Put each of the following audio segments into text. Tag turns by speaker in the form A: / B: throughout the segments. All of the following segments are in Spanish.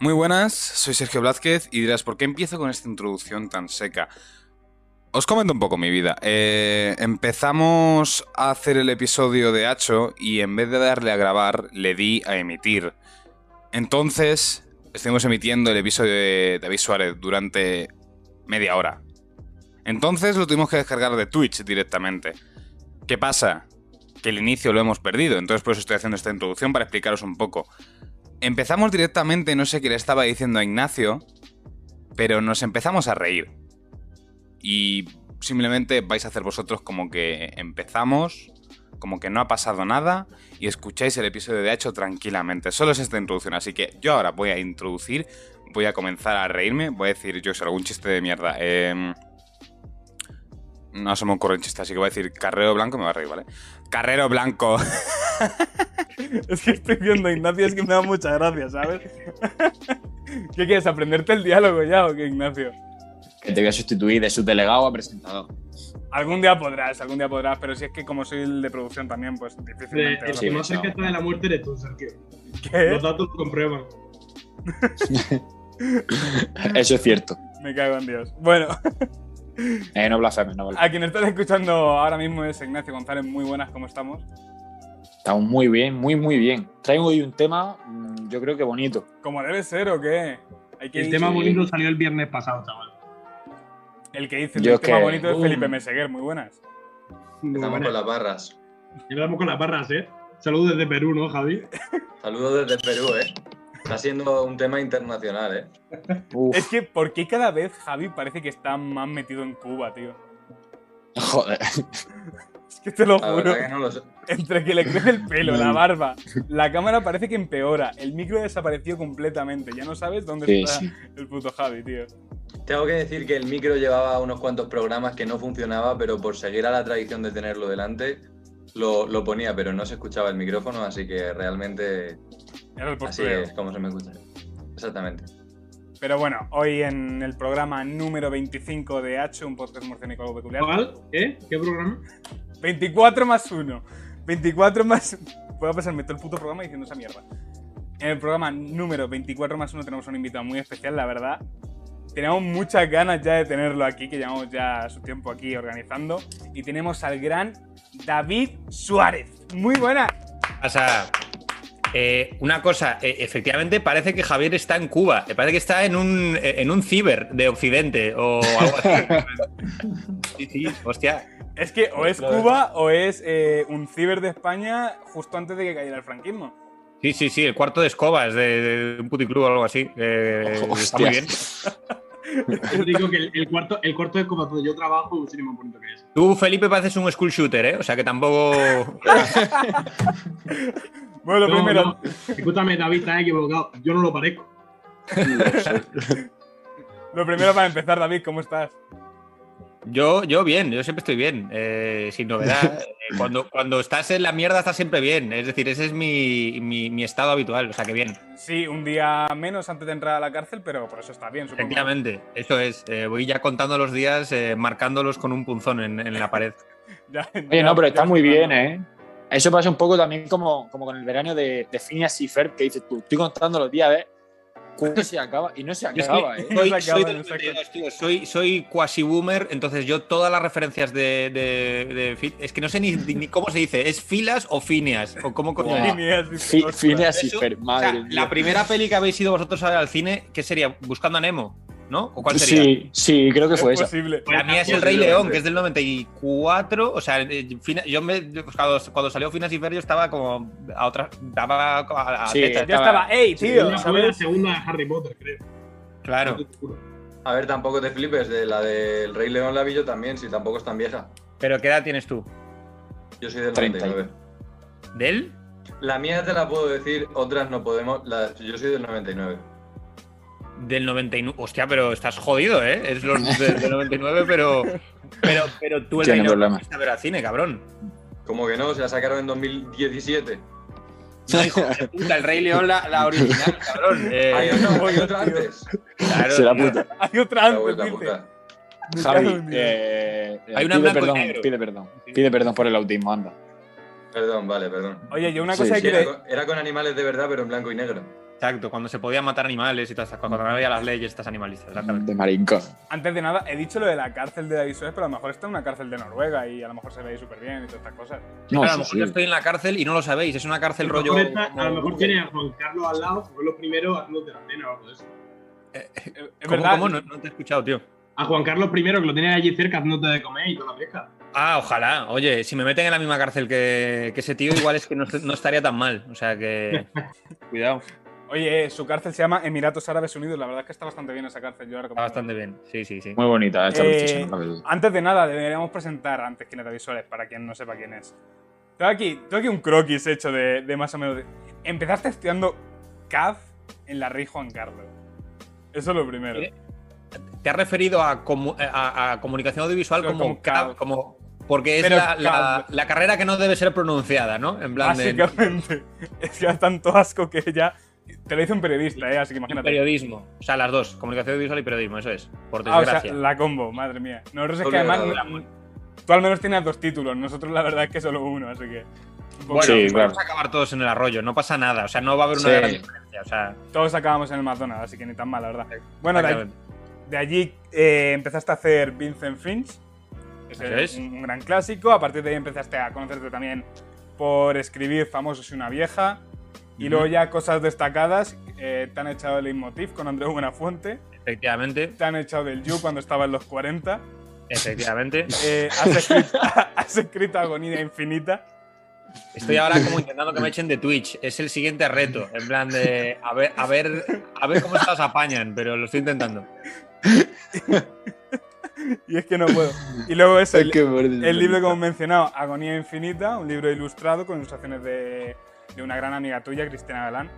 A: Muy buenas, soy Sergio Blázquez y dirás, ¿por qué empiezo con esta introducción tan seca? Os comento un poco mi vida. Eh, empezamos a hacer el episodio de Hacho y en vez de darle a grabar, le di a emitir. Entonces, estuvimos emitiendo el episodio de David Suárez durante media hora. Entonces lo tuvimos que descargar de Twitch directamente. ¿Qué pasa? Que el inicio lo hemos perdido, entonces por eso estoy haciendo esta introducción para explicaros un poco. Empezamos directamente, no sé qué le estaba diciendo a Ignacio, pero nos empezamos a reír. Y simplemente vais a hacer vosotros como que empezamos, como que no ha pasado nada, y escucháis el episodio de Hacho tranquilamente. Solo es esta introducción, así que yo ahora voy a introducir, voy a comenzar a reírme, voy a decir yo sé, algún chiste de mierda. em, no se me ocurre un chiste, así que voy a decir Carrero Blanco, me va a reír, ¿vale? Carrero Blanco.
B: Es que estoy viendo a Ignacio, es que me da mucha gracia, ¿sabes? ¿Qué quieres? ¿Aprenderte el diálogo ya o qué, Ignacio?
C: Que te voy a sustituir de subdelegado a presentador.
B: Algún día podrás, algún día podrás, pero si es que como soy el de producción también, pues difícilmente.
D: El
B: os
C: sí,
D: que
B: lo-
D: más
C: no.
D: cerca está de la muerte eres tú, Sergio.
B: ¿Qué?
D: Los datos lo comprueban.
C: Eso es cierto.
B: Me cago en Dios. Bueno,
D: Pues-
C: Eh, no blasfemes, no blasfemes.
B: a quien estás escuchando ahora mismo es Ignacio González. Muy buenas, ¿cómo estamos?
C: Estamos muy bien, muy, muy bien. Traigo hoy un tema, mm, yo creo que bonito.
B: ¿Como debe ser o qué? Hay que
D: El
B: ir-
D: tema bonito salió el viernes pasado, chaval.
B: El que dice
C: Yo
B: el tema
C: que-
B: bonito es
C: um.
D: Uh.
B: Felipe Meseguer. Muy buenas.
D: Muy
E: Empezamos
D: buena.
E: con las barras.
D: Empezamos con las barras, ¿eh? Saludos desde Perú, ¿no, Javi?
E: Saludos desde Perú, ¿eh? Está siendo un tema internacional, ¿eh?
C: Uf,
B: Es que, ¿por qué cada vez Javi parece que está más metido en Cuba, tío?
F: Eh,
C: joder.
B: Es que te lo
E: La
B: juro.
E: verdad que no lo sé.
B: Entre que le crece el pelo, la barba, la cámara parece que empeora, el micro desapareció completamente, ya no sabes dónde
F: eh,
C: Sí,
B: está
C: sí.
B: el puto Javi, tío.
E: Tengo que decir que el micro llevaba unos cuantos programas que no funcionaba, pero por seguir a la tradición de tenerlo delante, lo, lo ponía, pero no se escuchaba el micrófono, así que realmente
B: Era el
E: así
B: postureo.
E: es como se me escucha. Exactamente.
B: Pero bueno, hoy en el programa número 25 de H, un podcast murciénico algo peculiar.
D: ¿Cuál? ¿Eh? ¿Qué programa?
B: 24 más 1. 24 más. Puedo pasarme todo el puto programa diciendo esa mierda. En el programa número 24 más 1 tenemos un invitado muy especial, la verdad. Tenemos muchas ganas ya de tenerlo aquí, que llevamos ya su tiempo aquí organizando. Y tenemos al gran David Suárez. Muy buena.
F: O sea, eh, una cosa, eh, efectivamente parece que Javier está en Cuba, eh, parece que está en un, eh, en un ciber de Occidente o algo así. sí, sí, hostia.
B: Es que o es Cuba o es eh, un ciber de España justo antes de que cayera el franquismo.
F: Sí, sí, sí, el cuarto de escobas de, de un puticlub o algo así. eh, está muy
C: Hostias.
F: bien.
D: Yo digo que el, el cuarto, el cuarto es como donde yo trabajo, un sitio más bonito que es.
F: Tú, Felipe, pareces un school shooter, ¿eh? O sea que tampoco.
B: Bueno, lo
D: No,
B: primero,
D: no. Escúchame, David, estás equivocado. Yo no lo parezco.
B: lo primero para empezar, David, ¿cómo estás?
F: Yo, yo bien, yo siempre estoy bien, eh, sin novedad. Eh, cuando, cuando estás en la mierda estás siempre bien, es decir, ese es mi, mi- mi estado habitual, o sea que bien.
B: Sí, un día menos antes de entrar a la cárcel, pero por eso está bien, supongo.
F: Efectivamente, eso es. Eh, voy ya contando los días, eh, marcándolos con un punzón en, en la pared.
B: Ya-
C: Oye,
B: ya-
C: no, pero
B: ya
C: está muy
B: está,
C: bien,
B: ¿no?
C: ¿eh? Eso pasa un poco también como, como con el verano de, de Phineas y Ferb, que dices tú, estoy contando los días, a ver cuándo se acaba, y no se
F: Yo es
C: acaba,
F: que
C: ¿eh?
B: No se
F: soy,
B: acaba,
F: soy del
B: no se
F: 92, tío, soy, soy quasi boomer, entonces yo todas las referencias de, de- de fi- Es que no sé ni, ni cómo se dice, ¿es filas o finias? ¿O cómo coño
C: Buah.
F: es?
B: Phineas, dice,
C: Fi-
B: ostras.
C: Phineas y
F: Eso-
C: Ferb,
F: O sea,
C: madre mía.
F: la primera peli que habéis ido vosotros a ver al cine, ¿qué sería? ¿Buscando a Nemo? ¿No? ¿O cuál sería?
C: Sí, sí, creo que
B: Es
C: fue esa.
B: posible.
F: La mía es el Rey León, que es del 94. O sea, eh, Fina- yo me, cuando, cuando salió Finas y Fer, yo estaba como a otra. Daba a, a
C: Sí,
F: tetas.
B: Ya estaba, ey, tío.
D: Una fue la
B: ¿sabes?
D: segunda de Harry Potter, creo.
F: Claro.
E: A ver, tampoco te flipes, de la del Rey León la vi yo también, si tampoco es tan vieja.
F: Pero ¿qué edad tienes tú?
E: Yo soy del
C: 30.
E: 99.
F: ¿De él?
E: La mía te la puedo decir, otras no podemos. las- yo soy del 99.
F: Del 99. Hostia, pero estás jodido, ¿eh? Es los de- del 99, pero. Pero, pero tú el
C: Tiene
F: Rey León
C: problemas.
F: fuiste a ver al cine, cabrón.
E: Como que no, se la sacaron en 2017.
F: No, hijo de puta, el Rey León, la, la original, cabrón. Eh,
E: Hay otra, hay
B: Dios,
E: otra
B: tío.
E: antes.
F: claro,
C: Será
F: tío.
C: puta.
B: Hay otra
E: La
B: antes,
E: vuelta a
B: dice.
E: puta.
B: Me cago
C: Javi,
B: en Dios.
C: eh, eh,
F: Hay una
C: pide
F: en blanco y
C: perdón,
F: negro.
C: pide perdón. Pide perdón por el autismo, anda.
E: Perdón, vale, perdón.
B: Oye, yo una
C: sí,
B: cosa
C: sí,
B: que
E: era,
B: quiero.
E: con, era con animales de verdad, pero en blanco y negro.
F: Exacto, cuando se podían matar animales y todas estas cosas, cuando no había las leyes estas animalistas, exactamente.
C: De marincón.
B: Antes de nada, he dicho lo de la cárcel de David Suárez, pero a lo mejor está en una cárcel de Noruega y a lo mejor se ve ahí súper bien y todas estas cosas.
C: No,
F: Claro, a
C: sí,
F: lo mejor
C: sí.
F: yo estoy en la cárcel y no lo sabéis, es una
D: A
F: cárcel
D: lo
F: rollo.
D: mejor está- a lo mejor
F: como-
D: tiene a Juan Carlos al lado, fue lo primero Carlos de la Pena o algo de eso.
B: Es, es
F: ¿Cómo,
B: verdad.
F: cómo? No, no te he escuchado, tío.
D: A Juan Carlos I, que lo tiene allí cerca haciéndote de comer y toda la pesca.
F: Ah, ojalá. Oye, si me meten en la misma cárcel que, que ese tío, igual es que no, est- no estaría tan mal. O sea que. Cuidado.
B: Oye, eh, su cárcel se llama Emiratos Árabes Unidos. La verdad es que está bastante bien esa cárcel. Yo la
F: Está
B: recomiendo.
F: bastante bien. Sí, sí, sí.
C: Muy bonita esta
B: Eh,
C: lucha, ¿no?
B: Antes de nada, deberíamos presentar antes quién es David Suárez, para quien no sepa quién es. Tengo aquí, tengo aquí un croquis hecho de, de más o menos. de- Empezaste estudiando CAF en la Rey Juan Carlos. Eso es lo primero.
F: Eh, Te has referido a, comu- eh, a- a comunicación audiovisual
B: Pero
F: como,
B: como cab-
F: cab- como porque es
B: Pero Ah,
F: la, la-
B: cab-
F: la carrera que no debe ser pronunciada, ¿no? En plan de
B: Básicamente. Es que da tanto asco que ya. Te lo dice un periodista, ¿eh? Así que imagínate.
F: periodismo. O sea, las dos, comunicación audiovisual y periodismo, eso es. Por
B: Ah, o sea,
F: desgracia.
B: la combo, madre mía. Nosotros es que
E: Doble
B: además.
E: grado.
B: Tú al menos tienes dos títulos, nosotros la verdad es que solo uno, así que. un poco-
F: Bueno,
C: Sí,
F: vamos
C: claro.
F: a acabar todos en el arroyo, no pasa nada. O sea, no va a haber una
E: Sí.
F: gran diferencia. O sea,
B: Todos acabamos en el McDonald's, así que ni tan mal, la verdad. Bueno, de,
F: exactamente.
B: De allí eh, empezaste a hacer Vincent Finch, es
F: Eso es.
B: un, un gran clásico. A partir de ahí empezaste a conocerte también por escribir Famosos y una vieja. Y
F: Ujú.
B: luego ya cosas destacadas, eh, te han echado el Leitmotiv con Andrés Buenafuente,
F: efectivamente,
B: te han echado del You cuando estaba en los 40,
F: efectivamente.
B: eh, has, escrito, has escrito Agonía Infinita.
F: Estoy ahora como intentando que me echen de Twitch. Es el siguiente reto. En plan de a ver, a ver, a ver cómo se las apañan, pero lo estoy intentando.
B: Y es que no puedo. Y luego eso, el,
C: Qué bonita.
B: El libro, como hemos mencionado, Agonía Infinita, un libro ilustrado con ilustraciones de, de una gran amiga tuya, Cristina Galán.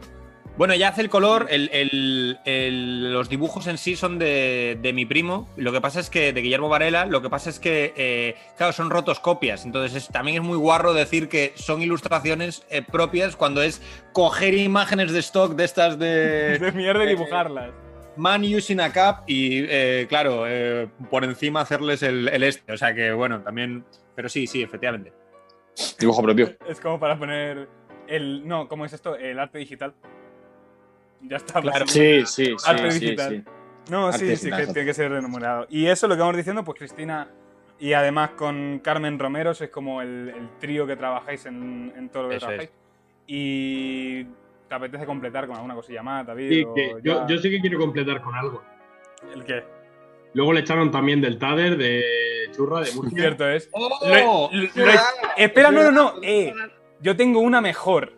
F: Bueno, ya hace el color, el- el- el- los dibujos en sí son de, de mi primo, lo que pasa es que, de Guillermo Varela, lo que pasa es que, eh, claro, son rotoscopias, entonces es- también es muy guarro decir que son ilustraciones eh, propias cuando es coger imágenes de stock de estas de
B: De mierda y
F: eh,
B: dibujarlas.
F: Man Using a Cup y, eh, claro, eh, por encima hacerles el, el este, o sea que, bueno, también, pero sí, sí, efectivamente.
C: Dibujo propio.
B: Es como para poner el. No, ¿cómo es esto? El arte digital. Ya está.
F: Claro.
B: básicamente.
C: Sí, sí, sí.
B: Arte
C: sí,
B: digital.
C: sí.
B: No,
C: arte
B: sí, sí,
C: digital.
B: que tiene que ser remunerado. Y eso lo que vamos diciendo, pues Cristina y además con Carmen Romero, sois como el, el trío que trabajáis en, en todo lo que
F: Eso es.
B: trabajáis. Y. ¿Te apetece completar con alguna cosilla más, David?
D: Sí,
B: o
D: que yo,
B: ya-
D: yo sí que quiero completar con algo.
B: ¿El qué?
D: Luego le echaron también del Tader, de Churra, de Murcia.
B: Cierto es.
F: ¡Oh!
B: Lo- lo- Espera, no, no, no. Eh, yo tengo una mejor.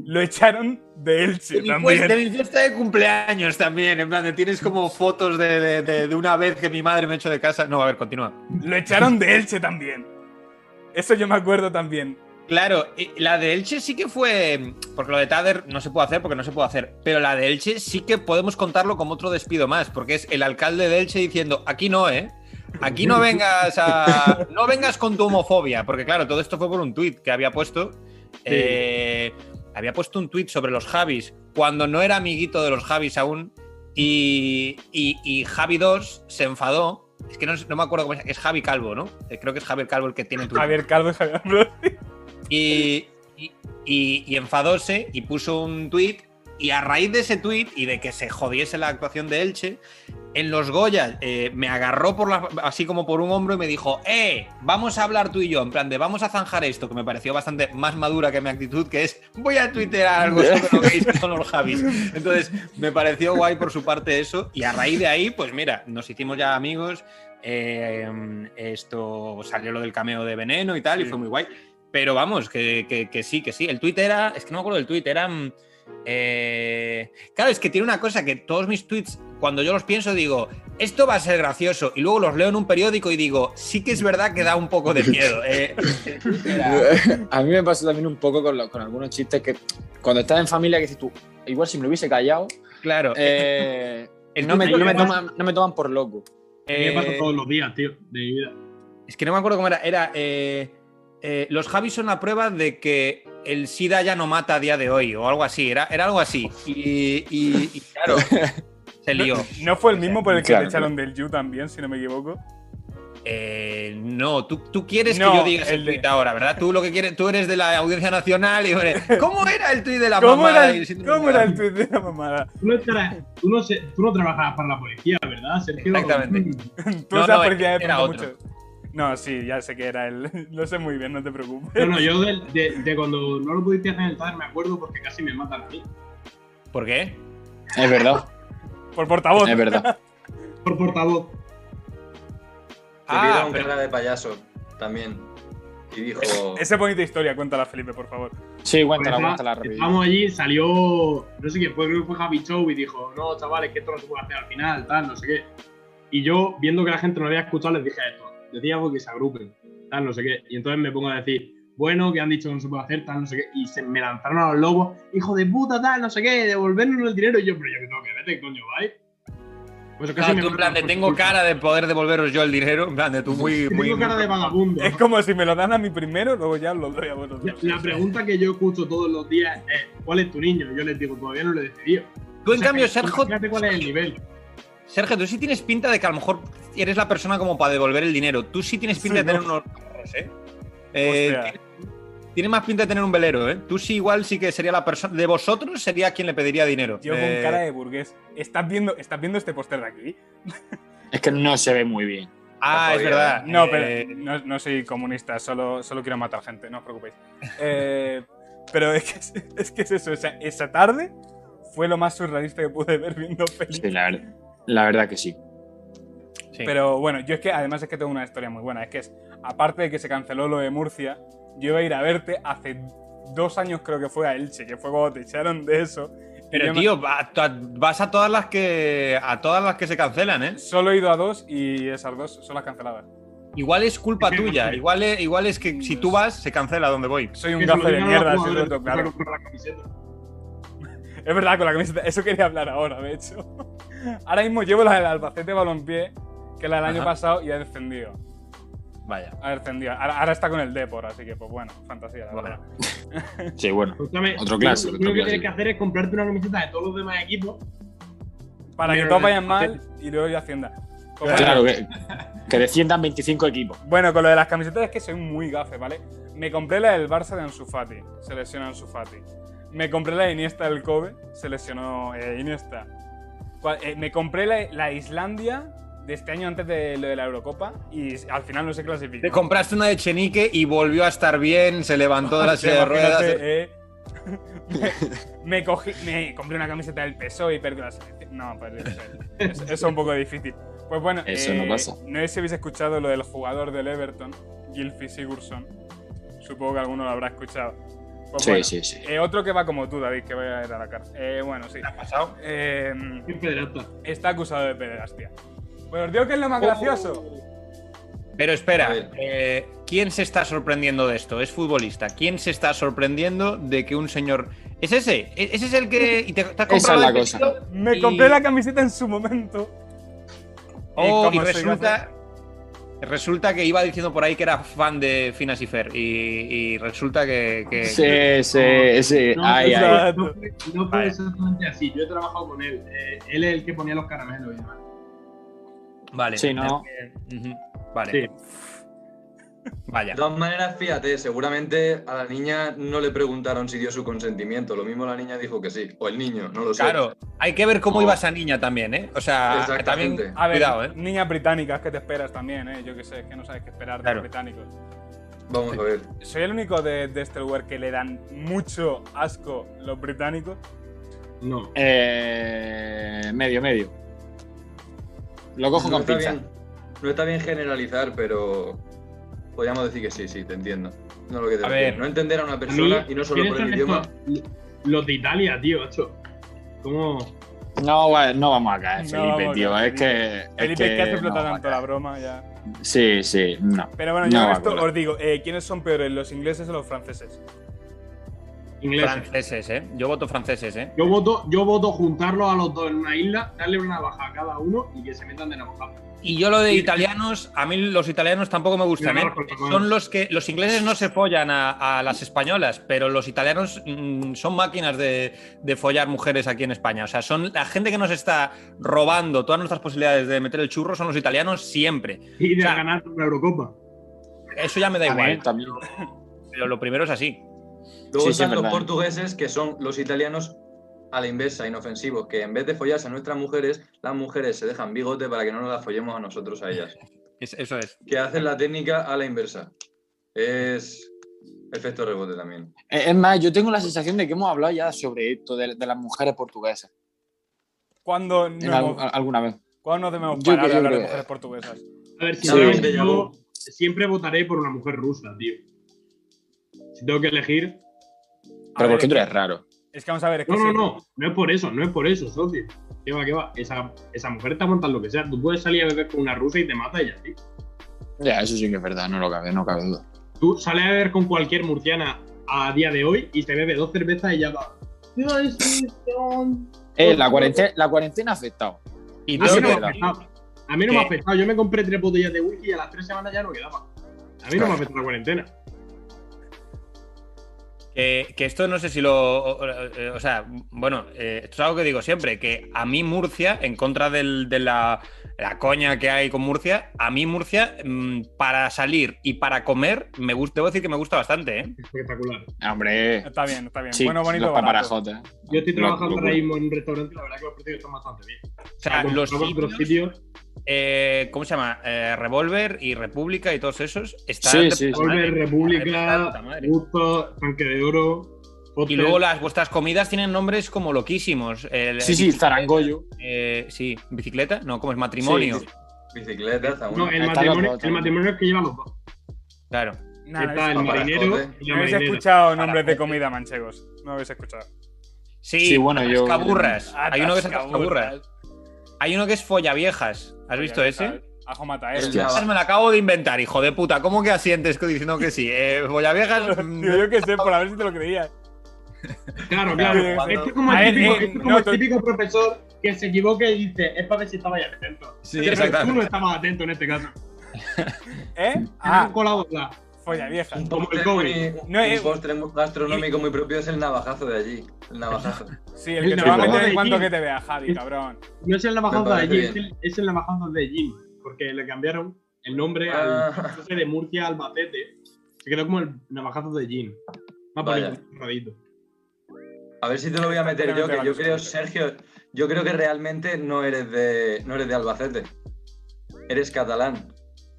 B: Lo echaron de Elche
F: Y pues de
B: también.
F: mi fiesta de cumpleaños también, en plan, de tienes como fotos de, de- de- de una vez que mi madre me echó de casa. No, a ver, continúa.
B: Lo echaron de Elche también. Eso yo me acuerdo también.
F: Claro, y la de Elche sí que fue. Porque lo de Tader no se puede hacer porque no se puede hacer. Pero la de Elche sí que podemos contarlo como otro despido más, porque es el alcalde de Elche diciendo: aquí no, ¿eh? Aquí no vengas a. No vengas con tu homofobia. Porque claro, todo esto fue por un tuit que había puesto. Eh, había puesto un tuit sobre los Javis cuando no era amiguito de los Javis aún. Y, y- y Javi 2 se enfadó. Es que no, no me acuerdo cómo es. Es Javi Calvo, ¿no? Eh, Creo que es Javi Calvo el que tiene Twitter
B: Javier Calvo y Javier Ambrosio.
F: y, y- y- y enfadóse y puso un tuit. Y a raíz de ese tuit y de que se jodiese la actuación de Elche, en los Goya eh, me agarró por la- así como por un hombro y me dijo, ¡eh! Vamos a hablar tú y yo, en plan de vamos a zanjar esto, que me pareció bastante más madura que mi actitud, que es voy a tuitear algo sobre lo que hizo con los Javis. Entonces, me pareció guay por su parte eso. Y a raíz de ahí, pues mira, nos hicimos ya amigos. eh, esto salió lo del cameo de Veneno y tal, y fue muy guay. Pero vamos, que, que- que sí, que sí. El Twitter era. Es que no me acuerdo del Twitter, era. mm, eh, claro, es que tiene una cosa que todos mis tweets, cuando yo los pienso, digo, esto va a ser gracioso. Y luego los leo en un periódico y digo, sí que es verdad que da un poco de miedo. eh. El tuit era-
C: A mí me pasó también un poco con, los- con algunos chistes que cuando estás en familia que dices tú, igual si me lo hubiese callado,
F: claro.
C: eh,
F: el
C: no, me,
F: Twitter
C: no me
F: era-
C: toman, no me toman por loco.
D: A mí me pasa
F: eh,
D: todos los días, tío, de mi vida.
F: Es que no me acuerdo cómo era. Era. eh, eh, los Javis son la prueba de que el SIDA ya no mata a día de hoy, o algo así. Era, era algo así. Y, y- y claro, se
B: No,
F: lió.
B: no fue el mismo por el que
C: Claro.
B: le echaron del You también, si no me equivoco.
F: eh, no, tú, tú quieres
B: No,
F: que yo diga ese
B: el de-
F: tweet ahora, ¿verdad? Tú lo que quieres, tú eres de la audiencia nacional y bueno, ¿cómo era el tweet de la
B: ¿Cómo
F: mamada
B: era,
F: y el
B: el,
F: síndrome
B: ¿Cómo
F: de
B: era
F: Down?
B: el tweet de la mamada?
D: Tú no, estarás- tú no se- tú no trabajabas para la policía, ¿verdad, Sergio?
F: Exactamente.
B: Tú
F: No,
B: esa
F: no,
B: pérdida de
F: era
B: pronto
F: otro.
B: mucho. No, sí, ya sé que era él. Lo sé muy bien, no te preocupes.
D: No, no, yo de, de- de cuando no lo pudiste hacer en el taller me acuerdo porque casi me matan a mí.
F: ¿Por qué?
C: Es verdad,
B: Por portavoz.
C: es verdad.
D: Por portavoz.
E: Te
F: Ah,
E: un
F: pero-
E: cara de payaso también. Y dijo.
B: Esa bonita historia, cuéntala, Felipe, por favor.
C: Sí, cuéntala,
D: Estaba-
C: cuéntala, rápido.
D: Estábamos allí, salió, no sé quién fue, creo que fue Javi Show y dijo, no, chavales, que esto no se puede hacer al final, tal, no sé qué. Y yo, viendo que la gente no había escuchado, les dije esto. Decía algo que se agrupen, tal, no sé qué. Y entonces me pongo a decir, bueno, que han dicho que no se puede hacer, tal, no sé qué. Y se me lanzaron a los lobos, hijo de puta, tal, no sé qué, devolvernos el dinero. Y yo, pero yo que tengo que vete, coño, ¿vale? Pues
F: Claro, tú en plan de tengo cara de poder devolveros yo el dinero, en plan de tú muy, muy...
D: Tengo cara de vagabundo.
B: Es como si me lo dan a mí primero, luego ya lo doy a
D: La-
B: vosotros.
D: La pregunta que yo escucho todos los días es, ¿cuál es tu niño? Y yo les digo, todavía no lo he decidido.
F: Tú en
D: O sea,
F: cambio,
D: que-
F: Sergio,
D: Fíjate cuál es el nivel.
F: Sergio, tú sí tienes pinta de que a lo mejor eres la persona como para devolver el dinero. Tú sí tienes pinta
B: Sí,
F: de tener
B: ¿no?
F: unos ahorros, ¿eh? Eh,
B: Hostia.
F: tienes- Tienes más pinta de tener un velero, ¿eh? Tú sí igual sí que sería la persona... De vosotros sería quien le pediría dinero.
B: Yo
F: Eh,
B: con cara de burgués. ¿Estás viendo, ¿estás viendo este póster de aquí?
C: Es que no se ve muy bien.
F: Ah, es
E: Jodida.
F: verdad.
B: No,
F: Eh,
B: pero no, no soy comunista, solo, solo quiero matar gente, no os preocupéis. Eh, pero es que, es- es que es eso, o sea, esa tarde fue lo más surrealista que pude ver viendo Felipe.
C: Sí, la, verdad- la verdad que sí.
F: sí.
B: Pero bueno, yo es que además es que tengo una historia muy buena. Es que es, aparte de que se canceló lo de Murcia, yo iba a ir a verte hace dos años creo que fue a Elche, que fue cuando te echaron de eso. Y
F: Pero
B: yo me-
F: tío, va- tú a- vas a todas las que a todas las que se cancelan, ¿eh?
B: Solo he ido a dos y esas dos son las canceladas.
F: Igual es culpa
D: Sí,
F: tuya,
D: sí.
F: igual es, igual es que si tú vas se cancela donde voy.
B: Soy un
D: Que se lo
B: gafe de
D: digan a los
B: mierda, soy
D: jugadores
B: roto,
D: que
B: claro.
D: compran la camiseta.
B: Es verdad, con la camiseta. Eso quería hablar ahora, de hecho. Ahora mismo llevo la del Albacete Balompié, que es la del año
F: Ajá.
B: pasado y ha descendido.
F: Vaya.
B: Ha descendido. Ahora, ahora está con el Depor, así que, pues bueno, fantasía, la
F: Bueno.
B: verdad.
C: Sí, bueno.
D: Escúchame,
C: Otro clásico,
D: Lo
C: otro
D: único que tienes
C: clásico.
D: que hacer es comprarte una camiseta de todos los demás equipos.
B: Para que
D: Pero
B: todos
D: el
B: vayan mal y luego yo Hacienda. Como-
C: Claro, que, que desciendan 25 equipos.
B: Bueno, con lo de las camisetas es que soy muy gafe, ¿vale? Me compré la del Barça de Ansu Fati, se lesionó Ansu Fati. Me compré la de Iniesta del Kobe, se lesionó eh, Iniesta. Cua- eh, me compré la, la Islandia de este año antes de lo de la Eurocopa y s- al final no se clasificó.
F: Te compraste una de Chenique y volvió a estar bien, se levantó de la silla de ruedas.
B: Imagínate, eh. me, cogí, me compré una camiseta del PSOE y perdí la selección. No, perdí la selección. Eso, eso es un poco difícil. Pues bueno,
C: Eso no pasa.
B: No sé si habéis escuchado lo del jugador del Everton, Gilfy Sigurdsson. Supongo que alguno lo habrá escuchado. Pues
C: Sí,
B: bueno,
C: sí, sí.
B: eh, otro que va como tú, David, que va a ir a la cárcel. Eh, bueno, sí.
F: ¿Qué ha pasado?
B: Eh,
D: Qué pederasta.
B: está acusado de pederastia. Pues os digo que es
C: Oh.
B: lo más gracioso.
F: Pero
E: A
F: espera,
E: ver.
F: eh, ¿quién se está sorprendiendo de esto? Es futbolista. ¿Quién se está sorprendiendo de que un señor. ¿Es ese? ¿E- ¿Ese es el que.? y te- te has
C: Esa es
F: comprado
C: la
F: el
C: cosa.
F: vestido?
B: Me
F: Y-
B: compré la camiseta en su momento.
F: Oh, y
B: como soy gafe-
F: resulta. Resulta que iba diciendo por ahí que era fan de Finas y Fer. Y, y resulta que. que-
C: Sí, sí,
E: Eh,
C: sí.
D: No,
C: Ay,
D: no,
C: ay.
D: No fue, no fue
F: Vaya.
D: exactamente así. Yo he trabajado con él. Eh, él es el que ponía los caramelos y demás.
F: Vale.
C: Sí, no.
F: Ujú, Vale.
D: Sí.
F: Vaya.
E: De todas maneras, fíjate, seguramente a la niña no le preguntaron si dio su consentimiento. Lo mismo la niña dijo que sí. O el niño, no lo sé.
F: Claro, hay que ver cómo
E: No.
F: iba esa niña también, ¿eh? O sea,
E: Exactamente.
F: también.
B: A ver,
F: cuidado, ¿eh?
B: niñas británicas que te esperas también, ¿eh? Yo que sé, es que no sabes qué esperar de
F: Claro.
B: los británicos.
E: Vamos a ver.
B: Soy el único de, de este lugar que le dan mucho asco los británicos.
D: No.
C: Eh, medio, medio. Lo cojo
E: No
C: con
E: está,
C: pinza.
E: bien, no está bien generalizar, pero podríamos decir que sí, sí, te entiendo. No lo que te
F: A
E: refieres.
F: ver.
E: No entender a una
D: A mí,
E: persona y no solo
D: ¿quiénes
E: por el
D: son
E: idioma.
D: estos? Los de Italia, tío, esto. ¿Cómo?
C: No, va- no vamos a caer,
B: No
C: Felipe,
B: vamos a
C: tío.
B: caer,
C: Es que. es
B: Felipe, es que hace
C: no
B: explotar
C: vamos a
B: tanto la broma ya.
C: caer. Sí, sí, no.
B: Pero bueno, yo
C: No,
B: con esto
C: Bárbara.
B: os digo, eh, ¿quiénes son peores, los ingleses o los franceses?
D: Ingleses.
F: Franceses, ¿eh? Yo voto franceses, ¿eh?
D: Yo voto, yo voto juntarlos a los dos en una isla, darle una navaja a cada uno y que se metan de navaja.
F: Y yo lo de
D: Sí.
F: italianos, a mí los italianos tampoco me gustan,
D: Yo
F: ¿eh?
D: no los conozco.
F: Son los que los ingleses no se follan a, a las españolas, pero los italianos mm, son máquinas de, de follar mujeres aquí en España. O sea, son la gente que nos está robando todas nuestras posibilidades de meter el churro son los italianos siempre.
D: Y de
F: O sea,
D: ganar una Eurocopa.
F: Eso ya me da
C: También,
F: igual,
C: también.
F: pero lo primero es así.
C: Sí,
E: Luego
C: sí,
E: están
C: es
E: los
C: verdad.
E: portugueses, que son los italianos a la inversa, inofensivos, que en vez de follarse a nuestras mujeres, las mujeres se dejan bigote para que no nos las follemos a nosotros a ellas.
F: Es- eso es.
E: Que hacen la técnica a la inversa. Es efecto rebote también.
C: eh, Es es más, yo tengo la sensación de que hemos hablado ya sobre esto, de, de las mujeres portuguesas,
B: ¿Cuándo
C: en
B: no,
C: al-
B: hemos-
C: alguna vez.
B: cuándo nos debemos
C: Yo
B: parar
C: creo-
B: de
C: yo
B: hablar de
C: creo-
B: mujeres portuguesas?
D: A ver,
E: Sí.
D: sinceramente,
E: Sí.
D: yo siempre votaré por una mujer rusa, tío. Si tengo que elegir.
B: A ver,
C: Pero porque
B: es
C: tú
B: que-
C: eres raro.
B: Es que vamos a ver, es que
D: No, no,
B: sí.
D: no. No es por eso, no es por eso, socio. ¿Qué va, qué va? Esa, esa mujer te aguanta lo que sea. Tú puedes salir a beber con una rusa y te mata ella, tío.
C: Ya, eso sí que es verdad, no lo cabe, no cabe duda.
D: Tú sales a beber con cualquier murciana a día de hoy y te bebe dos cervezas y ya va. Dios, sí, son-
C: Eh, la cuarentena, la cuarentena ha afectado.
F: Y
D: A
F: todo
D: mí
C: Eso
D: no
F: lo
D: me
C: es
D: ha
C: verdad.
D: afectado. A mí no me ha
F: ¿Qué?
D: afectado. Yo me compré tres botellas de whisky y a las tres semanas ya no quedaba. A mí no me ha afectado la cuarentena.
F: Que, que esto no sé si lo. O, o- o sea, bueno, eh, esto es algo que digo siempre: que a mí Murcia, en contra del- de la, la coña que hay con Murcia, a mí Murcia, mm, para salir y para comer, me gusta, debo decir que me gusta bastante, ¿eh?
D: Espectacular.
C: Hombre,
B: Está bien, está bien.
C: sí,
B: bueno, bonito,
C: los
B: barato.
C: paparajotes. ¿eh?
D: Yo estoy
C: Lo-
D: trabajando
C: locura.
D: ahora mismo en un restaurante y la verdad que los precios están bastante bien.
F: O sea,
D: Con-
F: Ah, los
D: con otros
F: sitios,
D: sitios,
F: eh, ¿cómo se llama? Eh, Revolver y República y todos esos. Están
C: Sí,
F: de
C: sí,
F: puta
D: Volver,
F: madre. Están de
D: República,
F: puta madre.
D: Gusto, Tanque de Oro,
F: Y
D: Foster.
F: luego las vuestras comidas tienen nombres como loquísimos. El-
C: Sí, sí,
F: bici-
C: zarangollo.
F: eh, sí, bicicleta, no, como es matrimonio.
C: Sí,
E: Bicicletas, aún.
D: No, el
C: Están los
D: matrimonio,
C: dos,
D: el matrimonio es que llevan los dos.
F: Claro.
B: Nah, no
D: Está
B: habéis-
D: el
E: escuchado.
D: marinero y
B: no
D: la
B: habéis
D: marinera.
B: escuchado nombres de comida manchegos. No habéis escuchado.
F: Sí,
C: Sí, bueno, yo-
F: atascaburras. Hay uno que es atascaburras.
B: Atascaburras.
F: Hay uno que es follabiejas. ¿Has visto
B: Oye,
F: ese?
B: Ajo mata, eh.
E: El
C: Hostias.
E: nava-
F: Me la acabo de inventar, hijo de puta. ¿Cómo que asientes diciendo que sí? Eh, follabiejas. mm,
B: Tío, yo qué sé, por a ver si te lo creías.
D: Claro, claro.
B: Claro,
D: es que
E: cuando-
D: es como
B: A
D: el
B: ver,
D: típico,
B: eh,
D: es como
B: no,
D: el
B: tú-
D: típico profesor que se equivoca y dice, es para ver si estabais atentos.
F: Sí,
D: Pero tú no
F: exactamente.
D: estabas atento en este caso.
B: ¿Eh?
D: Ah.
B: Ah,
D: colaborar.
B: folla vieja.
E: Un
D: Como el
E: postre,
D: COVID.
E: muy- un
B: No, eh,
E: postre muy gastronómico muy propio es el navajazo de allí. El navajazo.
B: Sí, el que te
C: Sí,
B: va a meter
D: verdad.
B: en cuanto que te vea, Javi, cabrón.
D: No es el navajazo
E: Me
D: de
E: parece
D: Jim, es el, es el navajazo de Jim. Porque le cambiaron el nombre al
E: Ah.
D: profe de Murcia a Albacete. Se quedó como el navajazo de Jim. Más
E: Vaya.
D: por un radito.
E: A ver si te lo voy a meter yo, que yo
B: Exactamente,
E: creo,
B: Marcos.
E: Sergio, yo creo que realmente no eres de, no eres de Albacete. Eres catalán.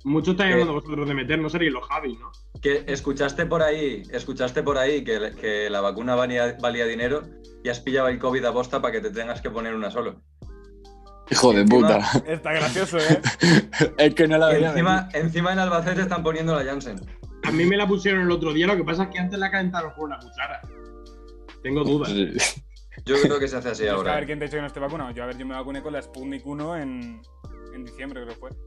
D: Muchos estáis
E: Eh.
D: hablando vosotros de meter, no seréis los Javi, ¿no?
E: Que escuchaste por ahí, escuchaste por ahí que, que la vacuna valía, valía dinero y has pillado el COVID a posta para que te tengas que poner una solo.
C: Hijo de puta.
B: Está gracioso, eh.
C: es que no la
E: Y
C: veía. venir.
E: encima, encima en Albacete están poniendo la Janssen.
D: A mí me la pusieron el otro día, lo que pasa es que antes la calentaron con una cuchara. Tengo dudas.
E: Yo creo que se hace así
B: Yo es que A
E: ahora.
B: ver quién te ha dicho que no esté vacunado. Yo, a ver, yo me vacuné con la Sputnik 1 en, en diciembre, creo que fue.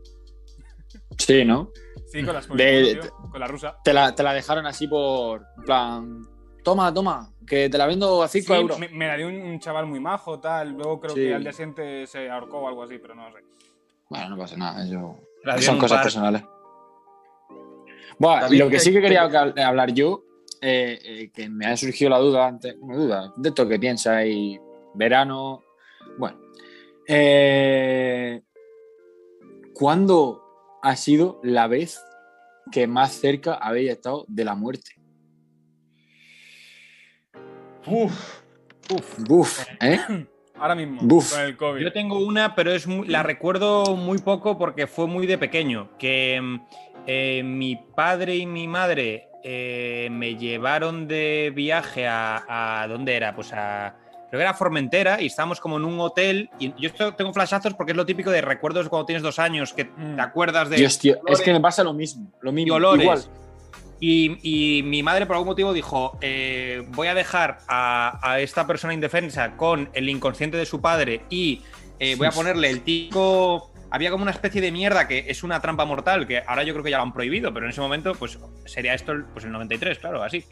C: Sí, ¿no?
B: Sí, con la Sputnik
C: De-
B: 1, tío, con la rusa.
C: Te la, te la dejaron así por. en plan. Toma, toma, que te la vendo a 5
B: Sí,
C: euros.
B: Me, me la dio un, un chaval muy majo, tal. Luego creo
C: Sí.
B: que al día siguiente se ahorcó o algo así, pero no sé.
C: Bueno, no pasa nada, yo.
F: La dio en
C: Son
F: un
C: cosas
F: bar.
C: personales. Bueno,
E: También
C: lo que
E: te-
C: sí que
E: te-
C: quería hab- hablar yo, eh, eh, que me ha surgido la duda antes, una duda, de esto que piensa y verano. Bueno, eh, ¿cuándo ha sido la vez que más cerca habéis estado de la muerte?
E: Uf,
C: Buf, ¿eh?
B: Ahora mismo,
C: Buf.
B: con el COVID.
F: Yo tengo una, pero es muy- la recuerdo muy poco porque fue muy de pequeño. Que mm, eh, mi padre y mi madre eh, me llevaron de viaje a, a- ¿Dónde era? Pues a. Creo que era Formentera y estábamos como en un hotel. Y yo esto tengo flashazos porque es lo típico de recuerdos cuando tienes dos años que
B: Mm.
F: te acuerdas de.
C: Dios, tío, es que me pasa lo mismo, lo
F: y
C: mismo.
F: olores.
C: Igual.
F: Y, y mi madre por algún motivo dijo, eh, voy a dejar a, a esta persona indefensa con el inconsciente de su padre y eh, voy a ponerle el tico... Había como una especie de mierda que es una trampa mortal, que ahora yo creo que ya lo han prohibido, pero en ese momento pues sería esto el- pues el 93, claro, así.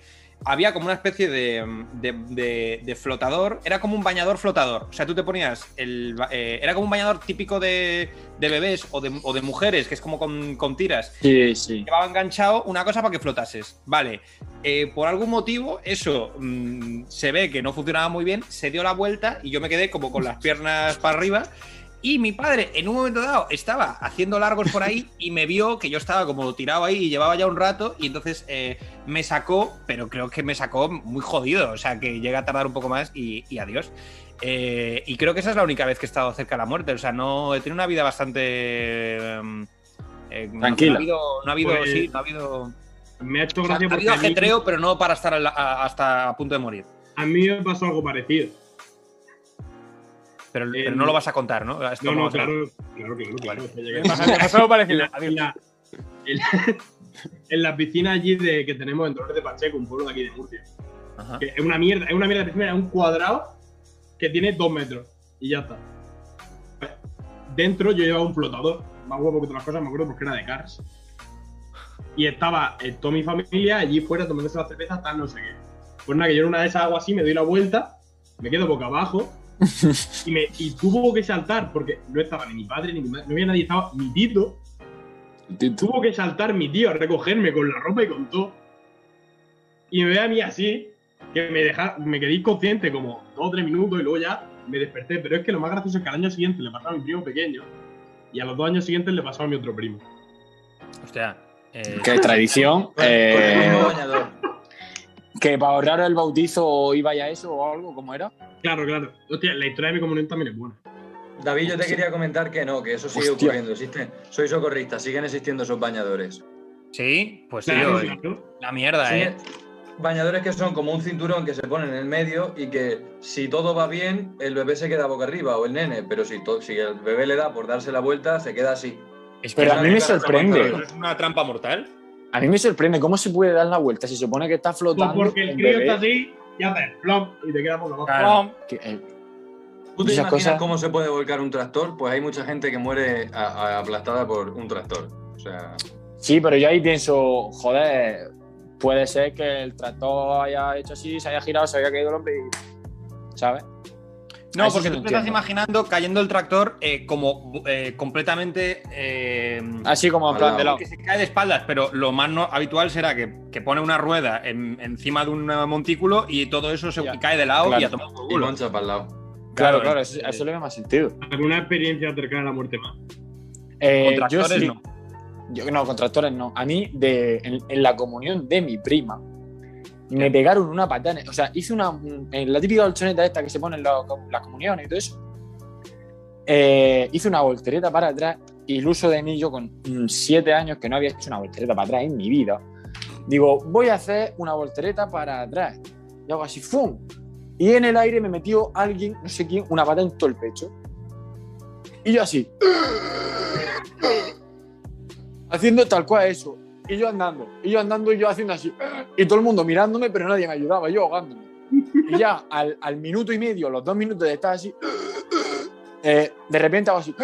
F: había como una especie de, de- de- de flotador. Era como un bañador flotador. O sea, tú te ponías el. ba- eh, era como un bañador típico de, de bebés o de, o de mujeres, que es como con, con tiras.
C: Sí, sí.
F: Llevaba enganchado una cosa para que flotases. Vale. Eh, por algún motivo, eso mm, se ve que no funcionaba muy bien. Se dio la vuelta y yo me quedé como con las piernas para arriba. Y mi padre, en un momento dado, estaba haciendo largos por ahí y me vio que yo estaba como tirado ahí y llevaba ya un rato. Y entonces eh, me sacó, pero creo que me sacó muy jodido. O sea, que llega a tardar un poco más y, y adiós. Eh, y creo que esa es la única vez que he estado cerca de la muerte. O sea, no he tenido una vida bastante. em, eh, no-
C: Tranquila.
F: No ha habido. No ha habido,
D: Pues-
F: sí, no ha habido.
D: Me ha hecho
F: O sea,
D: gracia
F: ha
D: porque
F: habido
D: a mí-
F: ajetreo, pero no para estar a la- a- hasta a punto de morir.
D: a mí me pasó algo parecido.
F: Pero,
D: Eh,
F: pero no lo vas a contar, ¿no? Es
D: No,
F: como
D: no,
F: otra-
D: claro, claro, claro, claro.
B: Me pasa- me pasa algo
D: En
B: parecido.
D: la, en, la, en la- en la piscina allí de, que tenemos en Dolores de Pacheco, un pueblo de aquí de Murcia.
F: Ajá.
D: Que es una mierda, es una mierda de piscina, es un cuadrado que tiene dos metros y ya está. Pues, Dentro yo llevaba un flotador, más guapo que otras cosas, me acuerdo porque era de Cars. Y estaba eh, toda mi familia allí fuera tomándose la cerveza, tal, no sé qué. Pues nada, que yo en una de esas hago así, me doy la vuelta, me quedo boca abajo y, me, y tuvo que saltar porque no estaba ni mi padre ni mi madre, no había nadie, estaba mi tito
C: Tito.
D: tuvo que saltar mi tío a recogerme con la ropa y con todo. Y me ve a mí así, que me, deja, me quedé inconsciente como dos o tres minutos y luego ya me desperté. Pero es que lo más gracioso es que al año siguiente le pasó a mi primo pequeño y a los dos años siguientes le pasó a mi otro primo.
G: Hostia. eh,
C: Qué tradición.
E: Con- con el mismo
C: eh,
E: bañador.
C: que para ahorrar el bautizo iba ya eso o algo, ¿cómo era?
D: Claro, claro. Hostia, la historia de mi comunión también es buena.
E: David, yo te quería comentar que no, que eso sigue
C: Hostia.
E: ocurriendo. Existen, soy socorrista, siguen existiendo esos bañadores.
G: sí, pues
D: Claro,
G: tío,
F: eh,
D: claro.
G: la mierda,
E: Siguen-
G: ¿eh?
E: bañadores que son como un cinturón que se pone en el medio y que si todo va bien, el bebé se queda boca arriba o el nene, pero si, to- si el bebé le da por darse la vuelta, se queda así.
G: Es que
C: Pero
G: es
C: a
G: una-
C: mí me
E: Claro,
C: sorprende.
E: claro.
G: es una trampa mortal.
C: A mí me sorprende cómo se puede dar la vuelta. Si se supone que está
D: Pues
C: flotando.
D: porque el
C: el
D: crío
C: bebé,
D: está así y hace plop y te queda por abajo.
G: Claro.
C: que, eh,
E: ¿Tú te
C: Esas
E: imaginas
C: cosas-
E: cómo se puede volcar un tractor? Pues hay mucha gente que muere a- a- aplastada por un tractor. O sea,
C: Sí, pero yo ahí pienso, joder, puede ser que el tractor haya hecho así, se haya girado, se haya caído el hombre y. ¿Sabes?
F: No,
C: Eso
F: porque
C: sí
F: tú
C: lo
F: te estás
C: entiendo.
F: imaginando cayendo el tractor eh, como eh, completamente. eh,
C: Así como en plan de lado.
F: que se cae de espaldas, pero lo más no- habitual será que, que pone una rueda en- encima de un eh, montículo y todo eso se
C: Ya.
F: cae de lado
C: Claro.
F: y a tomar por
E: y
F: culo.
E: loncha para el lado.
C: Claro,
F: claro,
C: claro, eso, eso le da más sentido.
D: Alguna experiencia cercana a la muerte más.
C: Eh,
F: Con
C: yo
F: tractores
C: sí-
F: no.
C: Yo, no, con tractores no. A mí, de, en, en la comunión de mi prima, me pegaron una patada. en- O sea, hice una. En la típica colchoneta esta que se pone en la- las comuniones y todo eso. Eh, hice una voltereta para atrás. Y el uso de mí, yo con 7 años que no había hecho una voltereta para atrás en mi vida, digo, voy a hacer una voltereta para atrás. Y hago así, ¡fum! Y en el aire me metió alguien, no sé quién, una patada en todo el pecho. Y yo así. haciendo tal cual eso. Y yo andando, y yo andando, y yo haciendo así. Y todo el mundo mirándome, pero nadie me ayudaba, yo ahogándome. Y ya al, al minuto y medio, los dos minutos de estar así, eh, de repente hago así.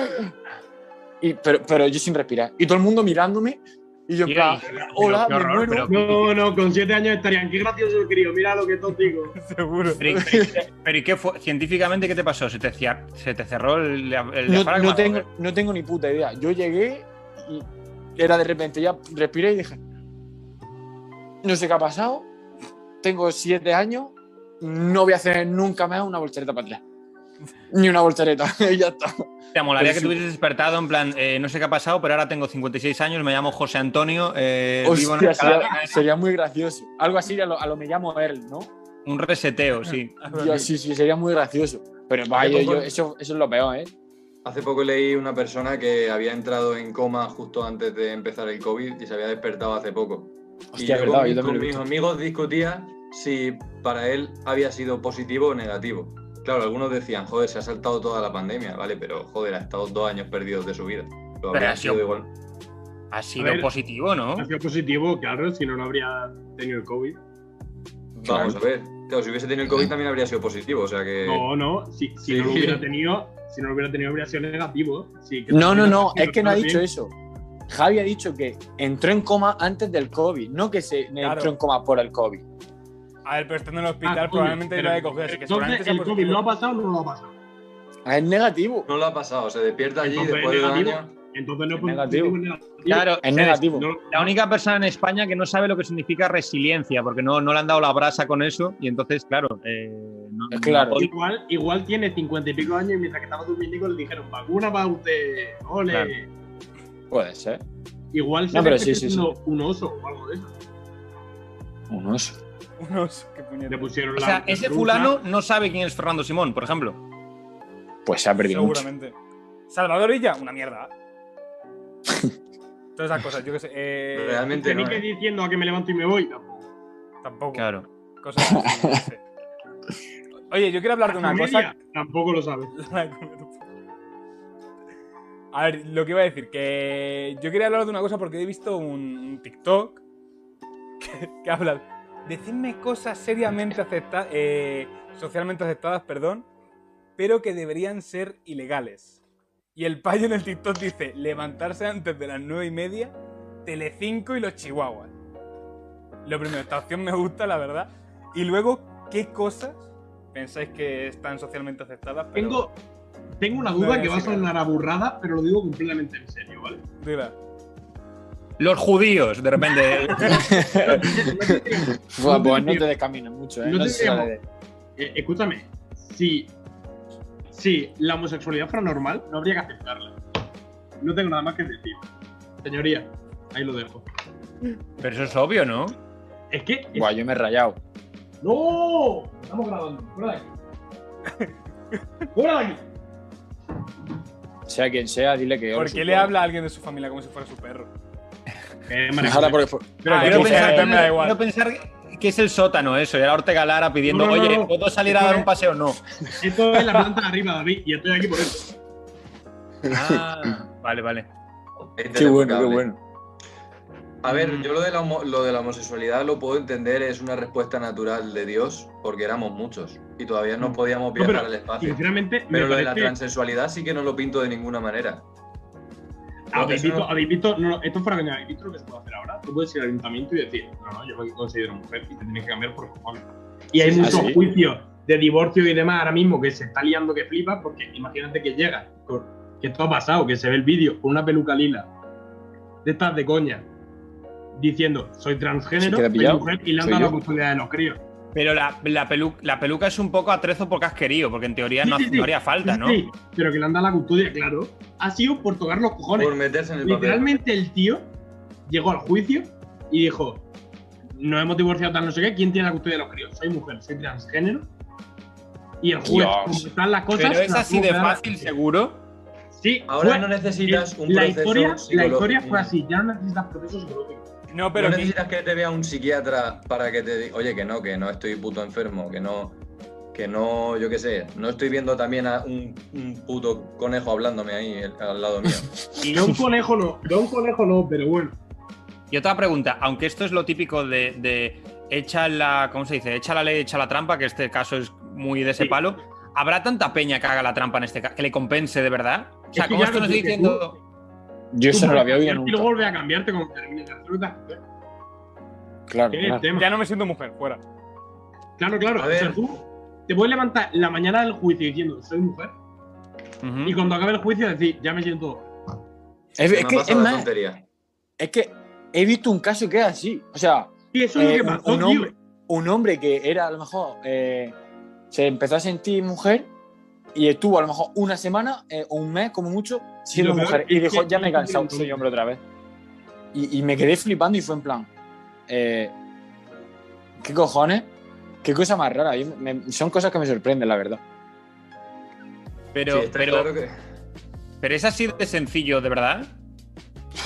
C: Y, pero, pero yo sin respirar. Y todo el mundo mirándome, y yo en
G: Y-
C: plan, hola,
G: qué
C: me
G: horror,
C: muero.
G: pero-
D: No, no, con siete años estarían. Qué gracioso el crío, mira lo que tontico.
B: Seguro.
G: Pero, pero- pero ¿y qué fue? Científicamente, ¿qué te pasó? ¿Se te, cia- se te cerró el, el
C: no,
G: diafragma?
C: no tengo, no tengo ni puta idea. Yo llegué y era de repente, ya respiré y dije, no sé qué ha pasado, tengo siete años, no voy a hacer nunca más una voltereta para atrás. Ni una voltereta, y ya está.
G: Te molaría que
C: Pero sí.
G: te hubieses despertado en plan, eh, no sé qué ha pasado, pero ahora tengo 56 años, me llamo José Antonio, eh, vivo en
C: Hostia,
G: Alcalá.
C: sería, sería muy gracioso. Algo así a lo, a lo me llamo Earl, ¿no?
G: un reseteo, sí.
C: Yo, sí, sí, sería muy gracioso. Pero vaya,
E: pongo-
C: yo- eso, eso es lo peor, ¿eh?
E: Hace poco leí una persona que había entrado en coma justo antes de empezar el COVID y se había despertado hace poco.
C: Hostia,
E: y yo
C: verdad,
E: con,
C: yo
E: mi-
C: también
E: con
C: lo he
E: mis
C: visto.
E: amigos discutía si para él había sido positivo o negativo. Claro, algunos decían, joder, se ha saltado toda la pandemia, ¿vale? Pero, joder, ha estado dos años perdidos de su vida. Lo
G: Pero
E: habría
G: ha sido-
E: sido igual.
G: Ha sido
D: ver.
G: positivo, ¿no?
D: Ha sido positivo, claro, si no, no habría tenido el COVID.
E: Vamos a ver. Claro, si hubiese tenido el COVID también habría sido positivo, o sea que...
D: No, no, si, si
E: Sí.
D: no lo hubiera tenido, si no lo hubiera tenido habría sido negativo. Sí, que
C: No, no,
D: también
C: no,
D: ha sido
C: es que no ha
D: negativo.
C: dicho eso. Javi ha dicho que entró en coma antes del COVID, no que se entró en coma por el COVID.
B: A ver, pero estando en el
D: Ah,
B: hospital
D: coño,
B: probablemente
D: pero
B: lo haya cogido, así que seguramente
D: Entonces,
B: sea
D: ¿el COVID
B: positivo.
D: lo ha pasado o no lo ha pasado?
C: Ah, Es negativo.
E: No lo ha pasado, se despierta allí
D: Entonces,
E: después de un
D: negativo.
E: año.
D: Entonces no
C: Es
D: es
C: negativo.
D: positivo, es negativo.
F: Claro,
C: Es
F: eres
C: negativo.
D: No-
F: La única persona en España que no sabe lo que significa resiliencia, porque no, no le han dado la brasa con eso, y entonces, claro, eh, no,
C: Es claro.
F: no ha podido.
D: Igual, igual tiene cincuenta y pico años y mientras que estaba durmiendo le dijeron vacuna para usted, ole.
F: Claro.
C: Puede ser.
D: Igual se
C: No,
D: ve
C: pero
D: que
C: sí,
D: es
C: sí, sí.
D: uno- un oso o algo de eso.
C: Un oso.
B: Unos, qué puñetas.
D: Le pusieron
F: O
D: la.
F: sea, ese
D: rusa.
F: fulano no sabe quién es Fernando Simón, por ejemplo.
C: Pues se ha perdido mucho.
B: Seguramente. Salvador Illa, una mierda. Todas esas cosas, yo qué sé. eh,
E: Realmente
D: Que ni
E: no.
D: que
E: ¿eh?
D: diciendo a que me levanto y me voy. tampoco.
B: Tampoco.
F: Claro.
B: Cosas así, yo qué sé. Oye, yo quiero hablar de una cosa.
D: Comedia, Tampoco lo sabe.
B: A ver, lo que iba a decir, que yo quería hablar de una cosa porque he visto un, un TikTok que, que habla. Decidme cosas seriamente aceptadas, socialmente aceptadas, perdón, pero que deberían ser ilegales. Y el payo en el TikTok dice, levantarse antes de las nueve y media, Telecinco y los Chihuahuas. Lo primero, esta opción me gusta, la verdad. Y luego, ¿qué cosas pensáis que están socialmente aceptadas? Pero...
D: Tengo, tengo una
B: No
D: duda
B: voy a
D: que va a
B: decir
D: sonar aburrada, pero lo digo completamente en serio, ¿vale?
B: Dila.
F: Los judíos, de repente.
C: Fua,
D: No
C: pues
D: te-
C: no te descamines mucho, ¿eh?
D: no
C: No
D: te
C: se sabe.
D: Eh, escúchame, si, si la homosexualidad fuera normal, no habría que aceptarla. No tengo nada más que decir. Señoría, ahí lo dejo.
F: Pero eso es obvio, ¿no?
D: Es que. es-
C: Buah, yo me he rayado.
D: ¡No! Estamos grabando. Fuera de aquí. ¡Fuera de aquí!
C: Sea quien sea, dile que.
B: ¿Por qué le habla a alguien de su familia como si fuera su perro?
D: Eh,
C: Ahora porque fue-
B: Pero
F: Ah,
B: que
F: quiero,
B: tú seas,
F: pensar,
B: me da igual.
F: quiero pensar que es el sótano eso, era Ortega Lara pidiendo,
D: No, no,
F: oye,
D: no.
F: ¿puedo salir a dar un paseo? No.
D: Esto es la planta de arriba, David, y estoy aquí por eso.
F: Ah, vale, vale.
E: Este
C: Qué
E: le fue
C: bueno, qué
E: cable.
C: bueno.
E: A
D: Mm.
E: ver, yo lo de, la homo- lo de la homosexualidad lo puedo entender, es una respuesta natural de Dios, porque éramos muchos y todavía no podíamos
D: Mm. pero-
E: viajar al espacio.
D: Sinceramente, me
E: Ah, Pero lo de la
D: parece-
E: transexualidad sí que no lo pinto de ninguna manera.
C: Ah,
D: ¿Habéis
E: Eso no-
D: visto, habéis visto- no, no, esto es para que ¿habéis visto lo que se puede hacer ahora? Tú puedes ir al ayuntamiento y decir, no, no, yo me considero mujer y te tienes que cambiar por cojones. Y hay
C: Sí, sí,
D: muchos
C: sí.
D: juicios de divorcio y demás ahora mismo que se está liando que flipas, porque imagínate que llega, con- que esto ha pasado, que se ve el vídeo con una peluca lila, de estas de coña, diciendo, soy transgénero,
C: Se queda
D: soy
C: pillado.
D: mujer y le han
C: Soy
D: dado la
C: yo.
D: custodia de los críos.
F: Pero la, la, pelu- la peluca es un poco atrezo porque has querido, porque en teoría
D: Sí,
F: no,
D: sí,
F: ha-
D: sí.
F: no haría falta, ¿no?
D: Sí, pero que le han dado la custodia, claro, ha sido por tocar los cojones.
E: Por meterse en el papel.
D: Literalmente el tío llegó al juicio y dijo: No hemos divorciado tal, no sé qué. ¿Quién tiene la custodia de los críos? Soy mujer, soy transgénero. Y el juez,
C: Dios.
D: como están las cosas.
F: Pero es
D: las
F: así
D: tuvo que
F: de
D: dar a la
F: fácil,
D: justicia.
F: seguro.
D: Sí,
E: Ahora
D: fue-
E: no necesitas un
D: la
E: proceso
D: historia, la
E: psicológico.
D: historia fue así, ya no necesitas procesos psicológicos.
B: No, pero
E: no
B: que-
E: necesitas que te vea un psiquiatra para que te diga, oye, que no, que no estoy puto enfermo, que no, que no, yo qué sé, no estoy viendo también a un, un puto conejo hablándome ahí el- al lado mío.
D: Y de un conejo no, de un conejo no, pero bueno.
F: Y otra pregunta, aunque esto es lo típico de, de echa la, ¿cómo se dice? Echa la ley, echa la trampa, que este caso es muy de ese
D: Sí.
F: palo. ¿Habrá tanta peña que haga la trampa en este caso, que le compense de verdad? O sea,
D: Es que
F: ¿cómo
D: ya
F: esto
D: lo
F: no estoy
D: dije,
F: diciendo?
C: Yo eso no lo había oído
D: Y luego
C: nunca.
D: vuelve a cambiarte cuando termines de hacer lo que te has que hacer,
C: Claro,
D: que es el
C: claro.
D: Este tema.
B: ya no me siento mujer, fuera.
D: Claro, claro.
E: A
D: o sea,
E: ver.
D: tú te puedes levantar la mañana del juicio diciendo soy mujer
F: Ujú.
D: y cuando acabe el juicio decir ya me siento
C: Es,
E: Se
C: es
E: me ha
C: que,
E: pasado
C: es
E: la
C: más,
E: tontería.
C: es que he visto un caso que es así. O sea,
D: Y eso es lo
C: eh,
D: que
C: un-
D: pasó,
C: un,
D: tío.
C: hombre, un hombre que era a lo mejor. eh, se empezó a sentir mujer y estuvo a lo mejor una semana eh, o un mes, como mucho, siendo
D: lo peor
C: mujer.
D: es
C: Y dijo,
D: que-
C: ya me he cansado, soy hombre otra vez. Y, y me quedé flipando y fue en plan. eh, ¿Qué cojones? ¿Qué cosa más rara? Yo me- son cosas que me sorprenden, la verdad.
F: Pero,
E: Sí, está
F: pero,
E: claro que-
F: pero es así de sencillo, de verdad.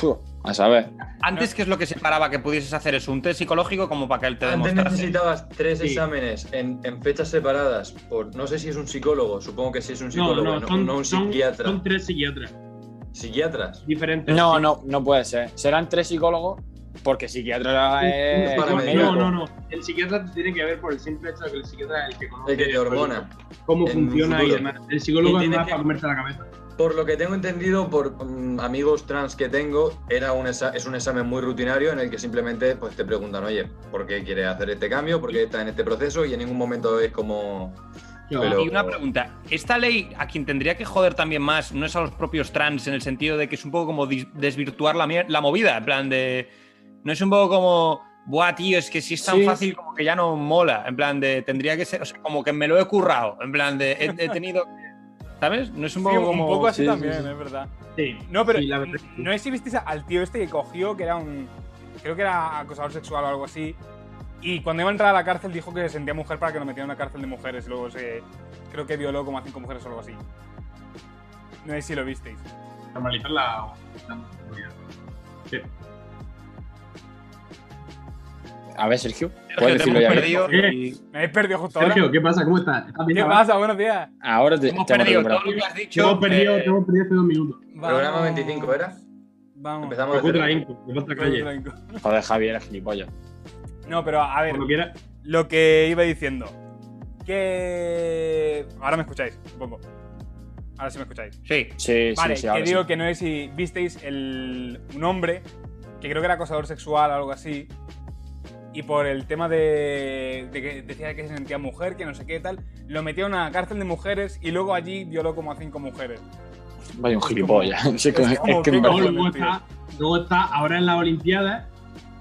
C: Uf, a saber.
F: Antes, ¿qué es lo que separaba que pudieses hacer? ¿Es un test psicológico como para que él te
E: Antes
F: demostrase?
E: necesitabas tres
D: Sí.
E: exámenes en, en fechas separadas por, no sé si es un psicólogo, supongo que sí es un psicólogo, no, no un psiquiatra.
D: son tres psiquiatras
E: Psiquiatras.
D: diferentes.
C: No,
D: Sí.
C: no, no puede ser. Serán tres psicólogos porque psiquiatra es.
E: para
C: médico.
E: medicar.
D: no, no, no. El psiquiatra te tiene que ver por el simple hecho de que el psiquiatra es el que conoce
E: El que te hormona.
D: cómo
E: en
D: funciona y
E: futuro.
D: demás. El psicólogo
E: Y
D: es
E: tiene
D: más
E: que-
D: para comerse la cabeza.
E: Por lo que tengo entendido, por mm, amigos trans que tengo, era un exa- es un examen muy rutinario en el que simplemente pues, te preguntan, oye, ¿por qué quieres hacer este cambio? ¿Por qué estás en este proceso? Y en ningún momento es como... pero-
F: Y una pregunta, ¿esta ley a quien tendría que joder también más no es a los propios trans en el sentido de que es un poco como dis- desvirtuar la, mier- la movida? En plan de... No es un poco como... Buah, tío, es que si es tan
C: Sí.
F: fácil como que ya no mola. En plan de... Tendría que ser... O sea, como que me lo he currado. En plan de... He, he tenido... ¿Sabes? No es un
B: Sí,
F: poco
B: un
F: como...
B: poco así
C: sí, sí,
B: también,
C: sí.
B: es verdad.
D: Sí.
B: No, pero
D: Sí, la verdad es que sí.
B: no sé si visteis al tío este que cogió, que era un. Creo que era acosador sexual o algo así. Y cuando iba a entrar a la cárcel dijo que se sentía mujer para que lo metieran en una cárcel de mujeres. y Luego se. Creo que violó como a cinco mujeres o algo así. No sé si lo visteis.
D: Normalizar la. la homosexualidad.
C: A ver, Sergio,
F: Sergio,
C: puedes
F: te
C: decirlo
F: hemos
C: ya.
F: perdido.
D: ¿Qué?
B: Me habéis perdido justo ahora.
D: Sergio, ¿qué pasa? ¿Cómo estás? ¿Estás bien,
B: ¿Qué
D: chaval?
B: pasa? Buenos días.
C: Ahora te,
F: Hemos
C: te hemos
F: perdido
C: recuperado.
F: todo lo que has
D: Te hemos
F: dicho.
D: perdido,
F: eh,
D: te hemos perdido hace dos minutos.
E: Programa 25 era.
B: Vamos.
E: Empezamos
D: Me
E: desde-
D: gusta la intro, me gusta la calle.
C: Joder, Javier, eres gilipollas.
B: No, pero a ver.
D: Cuando quieras.
B: lo que iba diciendo. Que. Ahora me escucháis, supongo. Ahora sí me escucháis.
F: Sí.
C: Sí,
B: Vale,
C: sí, sí,
B: que
C: ahora
B: digo
C: sí.
B: que no es si visteis el, un hombre que creo que era acosador sexual o algo así. Y por el tema de, de que decía que se sentía mujer, que no sé qué tal, lo metió en una cárcel de mujeres y luego allí violó como a cinco mujeres.
C: Vaya un gilipollas. Es, que-
B: es como
C: es que
B: que
C: en
D: Luego,
B: Cojones,
C: verdad-
D: luego está, luego está, ahora en las Olimpiadas,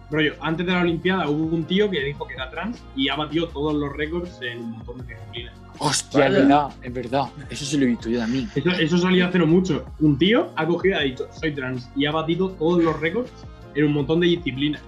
D: rollo, antes de las Olimpiadas hubo un tío que dijo que era trans y ha batido todos los récords en un montón de disciplinas.
C: Hostia, es verdad, es verdad. Eso se lo he visto yo también.
D: Eso, eso salió hace no mucho. Un tío ha cogido y ha dicho, soy trans, y ha batido todos los récords en un montón de disciplinas.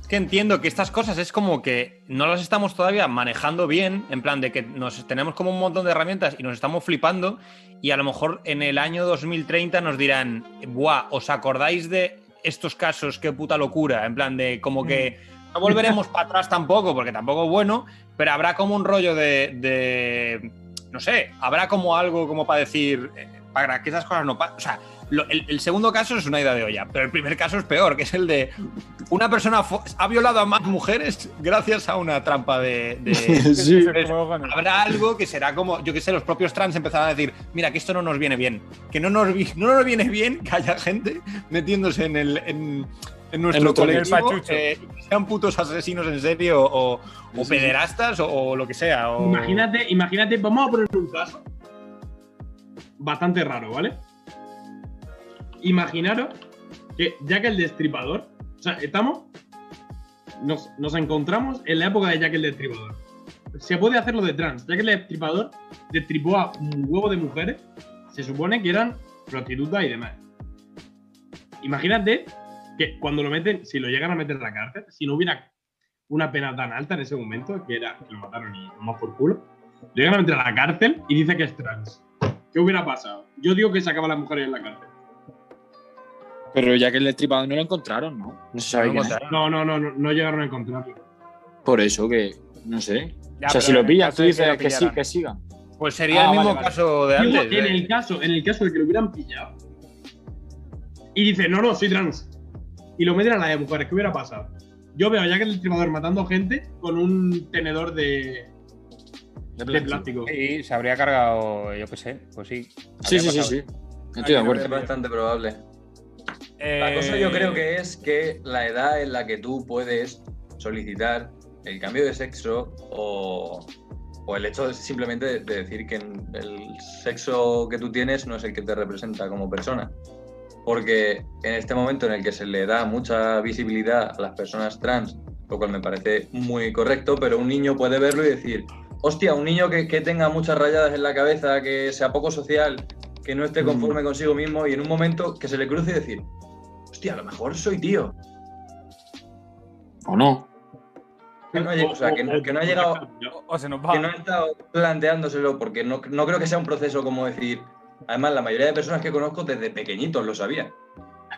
F: Es que entiendo que estas cosas es como que no las estamos todavía manejando bien, en plan de que nos tenemos como un montón de herramientas y nos estamos flipando y a lo mejor en el año 2030 nos dirán, "Buah, ¿os acordáis de estos casos? Qué puta locura", en plan de como que no volveremos para atrás tampoco, porque tampoco es bueno, pero habrá como un rollo de, de- no sé, habrá como algo como para decir eh, para que esas cosas no pasen, o sea, lo- el, el segundo caso es una idea de olla, pero el primer caso es peor, que es el de una persona fu- ha violado a más mujeres gracias a una trampa de. de-
C: Sí.
B: Es como cojones.
F: Habrá algo que será como, yo que sé, los propios trans empezarán a decir, mira, que esto no nos viene bien, que no nos, vi- no nos viene bien que haya gente metiéndose en, el, en, en nuestro
C: nuestro
F: colectivo,
B: pachucho.
F: eh, y que sean putos asesinos en serio o, o pederastas o, o lo que sea. o-
D: Imagínate, imagínate, vamos a poner un caso bastante raro, ¿vale? Imaginaros que Jack el Destripador, o sea, estamos, nos, nos encontramos en la época de Jack el Destripador. Se puede hacer lo de trans. Jack el Destripador destripó a un huevo de mujeres, se supone que eran prostitutas y demás. Imagínate que cuando lo meten, si lo llegan a meter en la cárcel, si no hubiera una pena tan alta en ese momento, que era que lo mataron y más por culo, llegan a meter a la cárcel y dice que es trans. ¿Qué hubiera pasado? Yo digo que sacaba a las mujeres en la cárcel.
C: Pero ya que el destripador no lo encontraron, ¿no? No se sabe
F: No
C: quién es.
F: encontraron.
D: No, no, no, no, no llegaron a encontrarlo.
C: Por eso que, no sé.
B: Ya,
C: o sea,
B: pero
C: si
B: en
C: lo
B: el
C: pillan,
B: caso
C: tú
B: de
C: dices
B: lo
C: que sí,
B: pillaran.
C: que sigan.
F: Pues sería
B: Ah,
F: el mismo
B: vale, vale.
F: caso de
D: Digo,
F: antes.
D: en
F: de-
D: el caso, en el caso de que lo hubieran pillado y dice, no, no, soy trans. Y lo meten a la de mujeres, ¿qué hubiera pasado? Yo veo ya que el trimador matando gente con un tenedor de, de plástico.
F: Sí, se habría cargado, yo qué sé, pues sí.
C: Sí, sí,
F: habría
C: sí,
F: pasado.
C: sí. Estoy de acuerdo.
E: Es bastante probable.
B: Eh,
E: La cosa yo creo que es que la edad en la que tú puedes solicitar el cambio de sexo o, o el hecho de- simplemente de- de decir que el sexo que tú tienes no es el que te representa como persona. Porque en este momento en el que se le da mucha visibilidad a las personas trans, lo cual me parece muy correcto, pero un niño puede verlo y decir, hostia, un niño que, que tenga muchas rayadas en la cabeza, que sea poco social, que no esté conforme consigo mismo y en un momento que se le cruce y decir, hostia, a lo mejor soy tío.
C: ¿O no?
E: Que no ha, lleg- o sea, que no- que no ha llegado,
B: o- o se nos va.
E: que no ha estado planteándoselo, porque no, no creo que sea un proceso como decir. Además, la mayoría de personas que conozco desde pequeñitos lo sabían.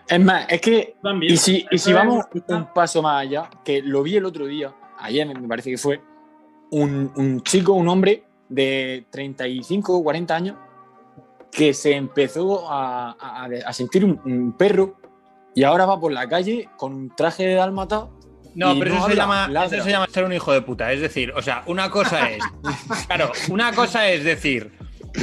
C: Es más, es que.
D: También.
C: Y si, y
D: Eso
C: si
D: es-
C: vamos un paso más allá, que lo vi el otro día, ayer me parece que fue, un, un chico, un hombre de 35 o 40 años, que se empezó a, a- a sentir un, un perro y ahora va por la calle con un traje de dálmata.
F: No,
C: y
F: pero eso, se
C: habla,
F: llama,
C: ladra.
F: eso se llama ser un hijo de puta. Es decir, o sea, una cosa es. claro, una cosa es decir,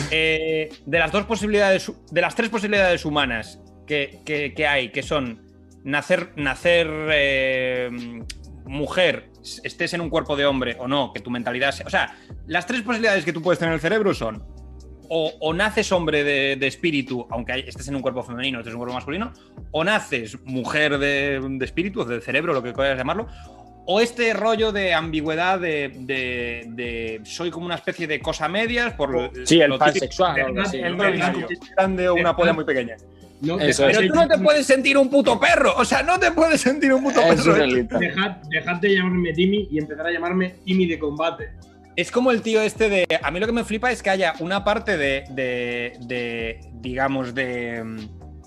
F: eh, de las dos posibilidades, de las tres posibilidades humanas que, que- que hay, que son nacer, nacer eh, mujer, s- estés en un cuerpo de hombre o no, que tu mentalidad sea. O sea, las tres posibilidades que tú puedes tener en el cerebro son. O, o naces hombre de, de espíritu, aunque hay- estés en un cuerpo femenino, estés en un cuerpo masculino, o naces mujer de, de espíritu, o de cerebro, lo que quieras llamarlo, o este rollo de ambigüedad de, de- de soy como una especie de cosa medias por lo-
C: Sí, el
F: lo
C: pansexual o
F: típico,
C: algo así.
F: el
C: ¿no?
F: no binario grande o una polla muy pequeña.
D: No,
C: Eso
D: dejad-
C: es.
F: Pero tú no te puedes sentir un puto perro, o sea, no te puedes sentir un puto
C: Es
F: perro. este ¿eh?
C: surrealista.
D: dejad- dejad de llamarme Timmy y empezar a llamarme Timmy de combate.
F: Es como el tío este de. A mí lo que me flipa es que haya una parte de. de, de, digamos, de. mm,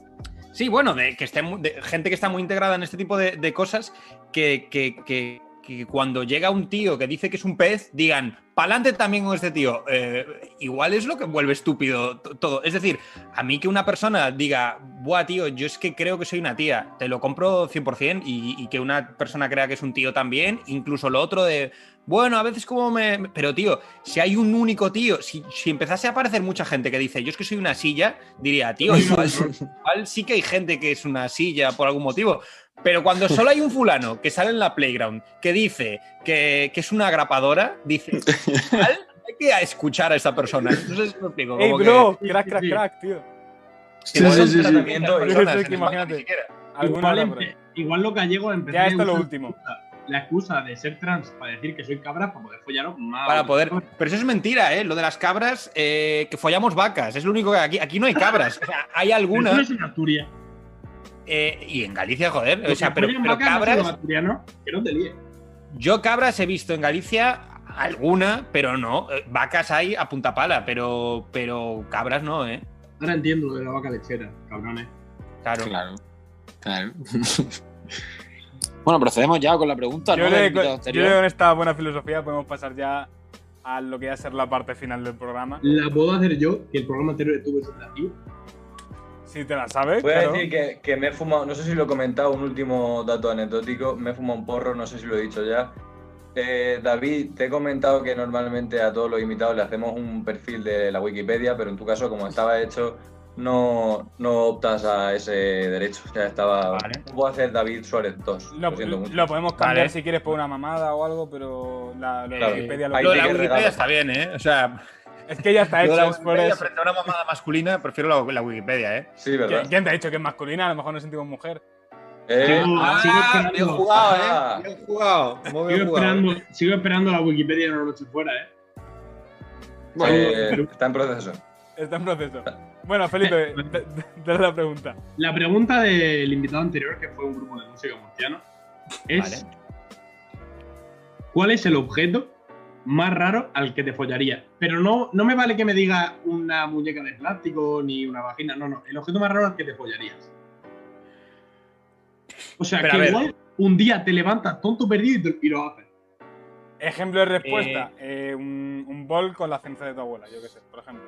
F: Sí, bueno, de que esté mu- de gente que está muy integrada en este tipo de, de cosas que, que- que- que cuando llega un tío que dice que es un pez, digan, pa'lante también con este tío. Eh, igual es lo que vuelve estúpido t- todo. Es decir, a mí que una persona diga, buah, tío, yo es que creo que soy una tía, te lo compro 100% y, y que una persona crea que es un tío también, incluso lo otro de, bueno, a veces como me... me-". Pero tío, si hay un único tío, si, si empezase a aparecer mucha gente que dice, yo es que soy una silla, diría, tío, igual, igual sí que hay gente que es una silla por algún motivo. Pero cuando solo hay un fulano que sale en la playground que dice que, que es una agrapadora, dice, "Igual hay que escuchar a esta persona. Entonces, me explico,
B: Ey,
F: como que-
B: bro,
D: que-
B: crack, crack,
D: sí.
B: crack, tío.
C: Sí, sí, sí, sí.
B: Yo sé que imagínate. Alguna
D: Igual,
B: habrá por
D: empe-
B: ahí.
D: igual lo gallego empezó
B: Ya
D: a
B: esto es lo
D: usar
B: último.
D: La excusa de ser trans para decir que soy cabra para poder follaros más.
F: Para poder. Pero eso es mentira, ¿eh? Lo de las cabras, eh, que follamos vacas. Es lo único que aquí. Aquí no hay cabras. O sea, hay
D: Pero eso no
F: algunas.
D: es un Asturias.
F: eh, y en Galicia, joder. O
D: Los
F: sea,
D: que
F: pero,
D: follan
F: pero
D: vacas no son los
F: cabras.
D: asturianos, que no te líes.
F: Yo cabras he visto en Galicia alguna, pero no. Eh, Vacas hay a punta pala, pero, pero cabras no, ¿eh?
D: Ahora entiendo lo de la vaca lechera, cabrones.
F: Claro.
C: Claro. Claro. bueno, procedemos ya con la pregunta,
B: Yo
C: ¿no?
B: creo
C: del
B: que
C: invitado
B: con- yo creo
C: anterior.
B: que con esta buena filosofía podemos pasar ya a lo que va a ser la parte final del programa.
D: La puedo hacer yo, que el programa anterior estuvo en ti.
B: Si te la sabes,
E: Voy a
B: claro.
E: decir que, que me he fumado, no sé si lo he comentado, un último dato anecdótico, me he fumado un porro, no sé si lo he dicho ya. Eh, David, te he comentado que normalmente a todos los invitados le hacemos un perfil de la Wikipedia, pero en tu caso, como estaba hecho, no, no optas a ese derecho. O sea, estaba...
F: Vale.
E: Puedo hacer David Suárez 2.
B: Lo,
E: lo siento mucho.
B: lo podemos cambiar
F: Vale.
B: si quieres por una mamada o algo, pero la, la
E: Claro.
B: Wikipedia lo
E: Ahí
F: Lo de la
E: sí que
B: que...
E: regalo.
F: Wikipedia está bien, ¿eh? O sea,
B: Es que ya está
F: lo
B: hecho,
F: de la
B: es por
F: Wikipedia
B: eso.
F: frente a una mamada masculina, prefiero la, la Wikipedia, ¿eh?
E: Sí, ¿verdad?
B: ¿Qui- ¿Quién te ha dicho que es masculina? A lo mejor nos sentimos mujer.
E: Eh,
D: Yo
F: ah,
D: sigo esperando,
E: jugado, eh.
F: Bien jugado, muy
D: sigo, esperando, sigo esperando la Wikipedia de una noche fuera, eh.
E: eh, está en proceso.
B: Está en proceso. Bueno, Felipe, te- te- te la pregunta.
D: La pregunta del invitado anterior, que fue un grupo de música murciano, es ¿cuál es el objeto más raro al que te follaría? Pero no, no me vale que me diga una muñeca de plástico ni una vagina, no, no, el objeto más raro al que te follarías. O sea,
F: Pero a
D: que
F: ver.
D: igual un día te levantas tonto perdido y, te- y lo haces.
B: Ejemplo de respuesta: eh, un, un bol con la ceniza de tu abuela, yo qué sé, por ejemplo.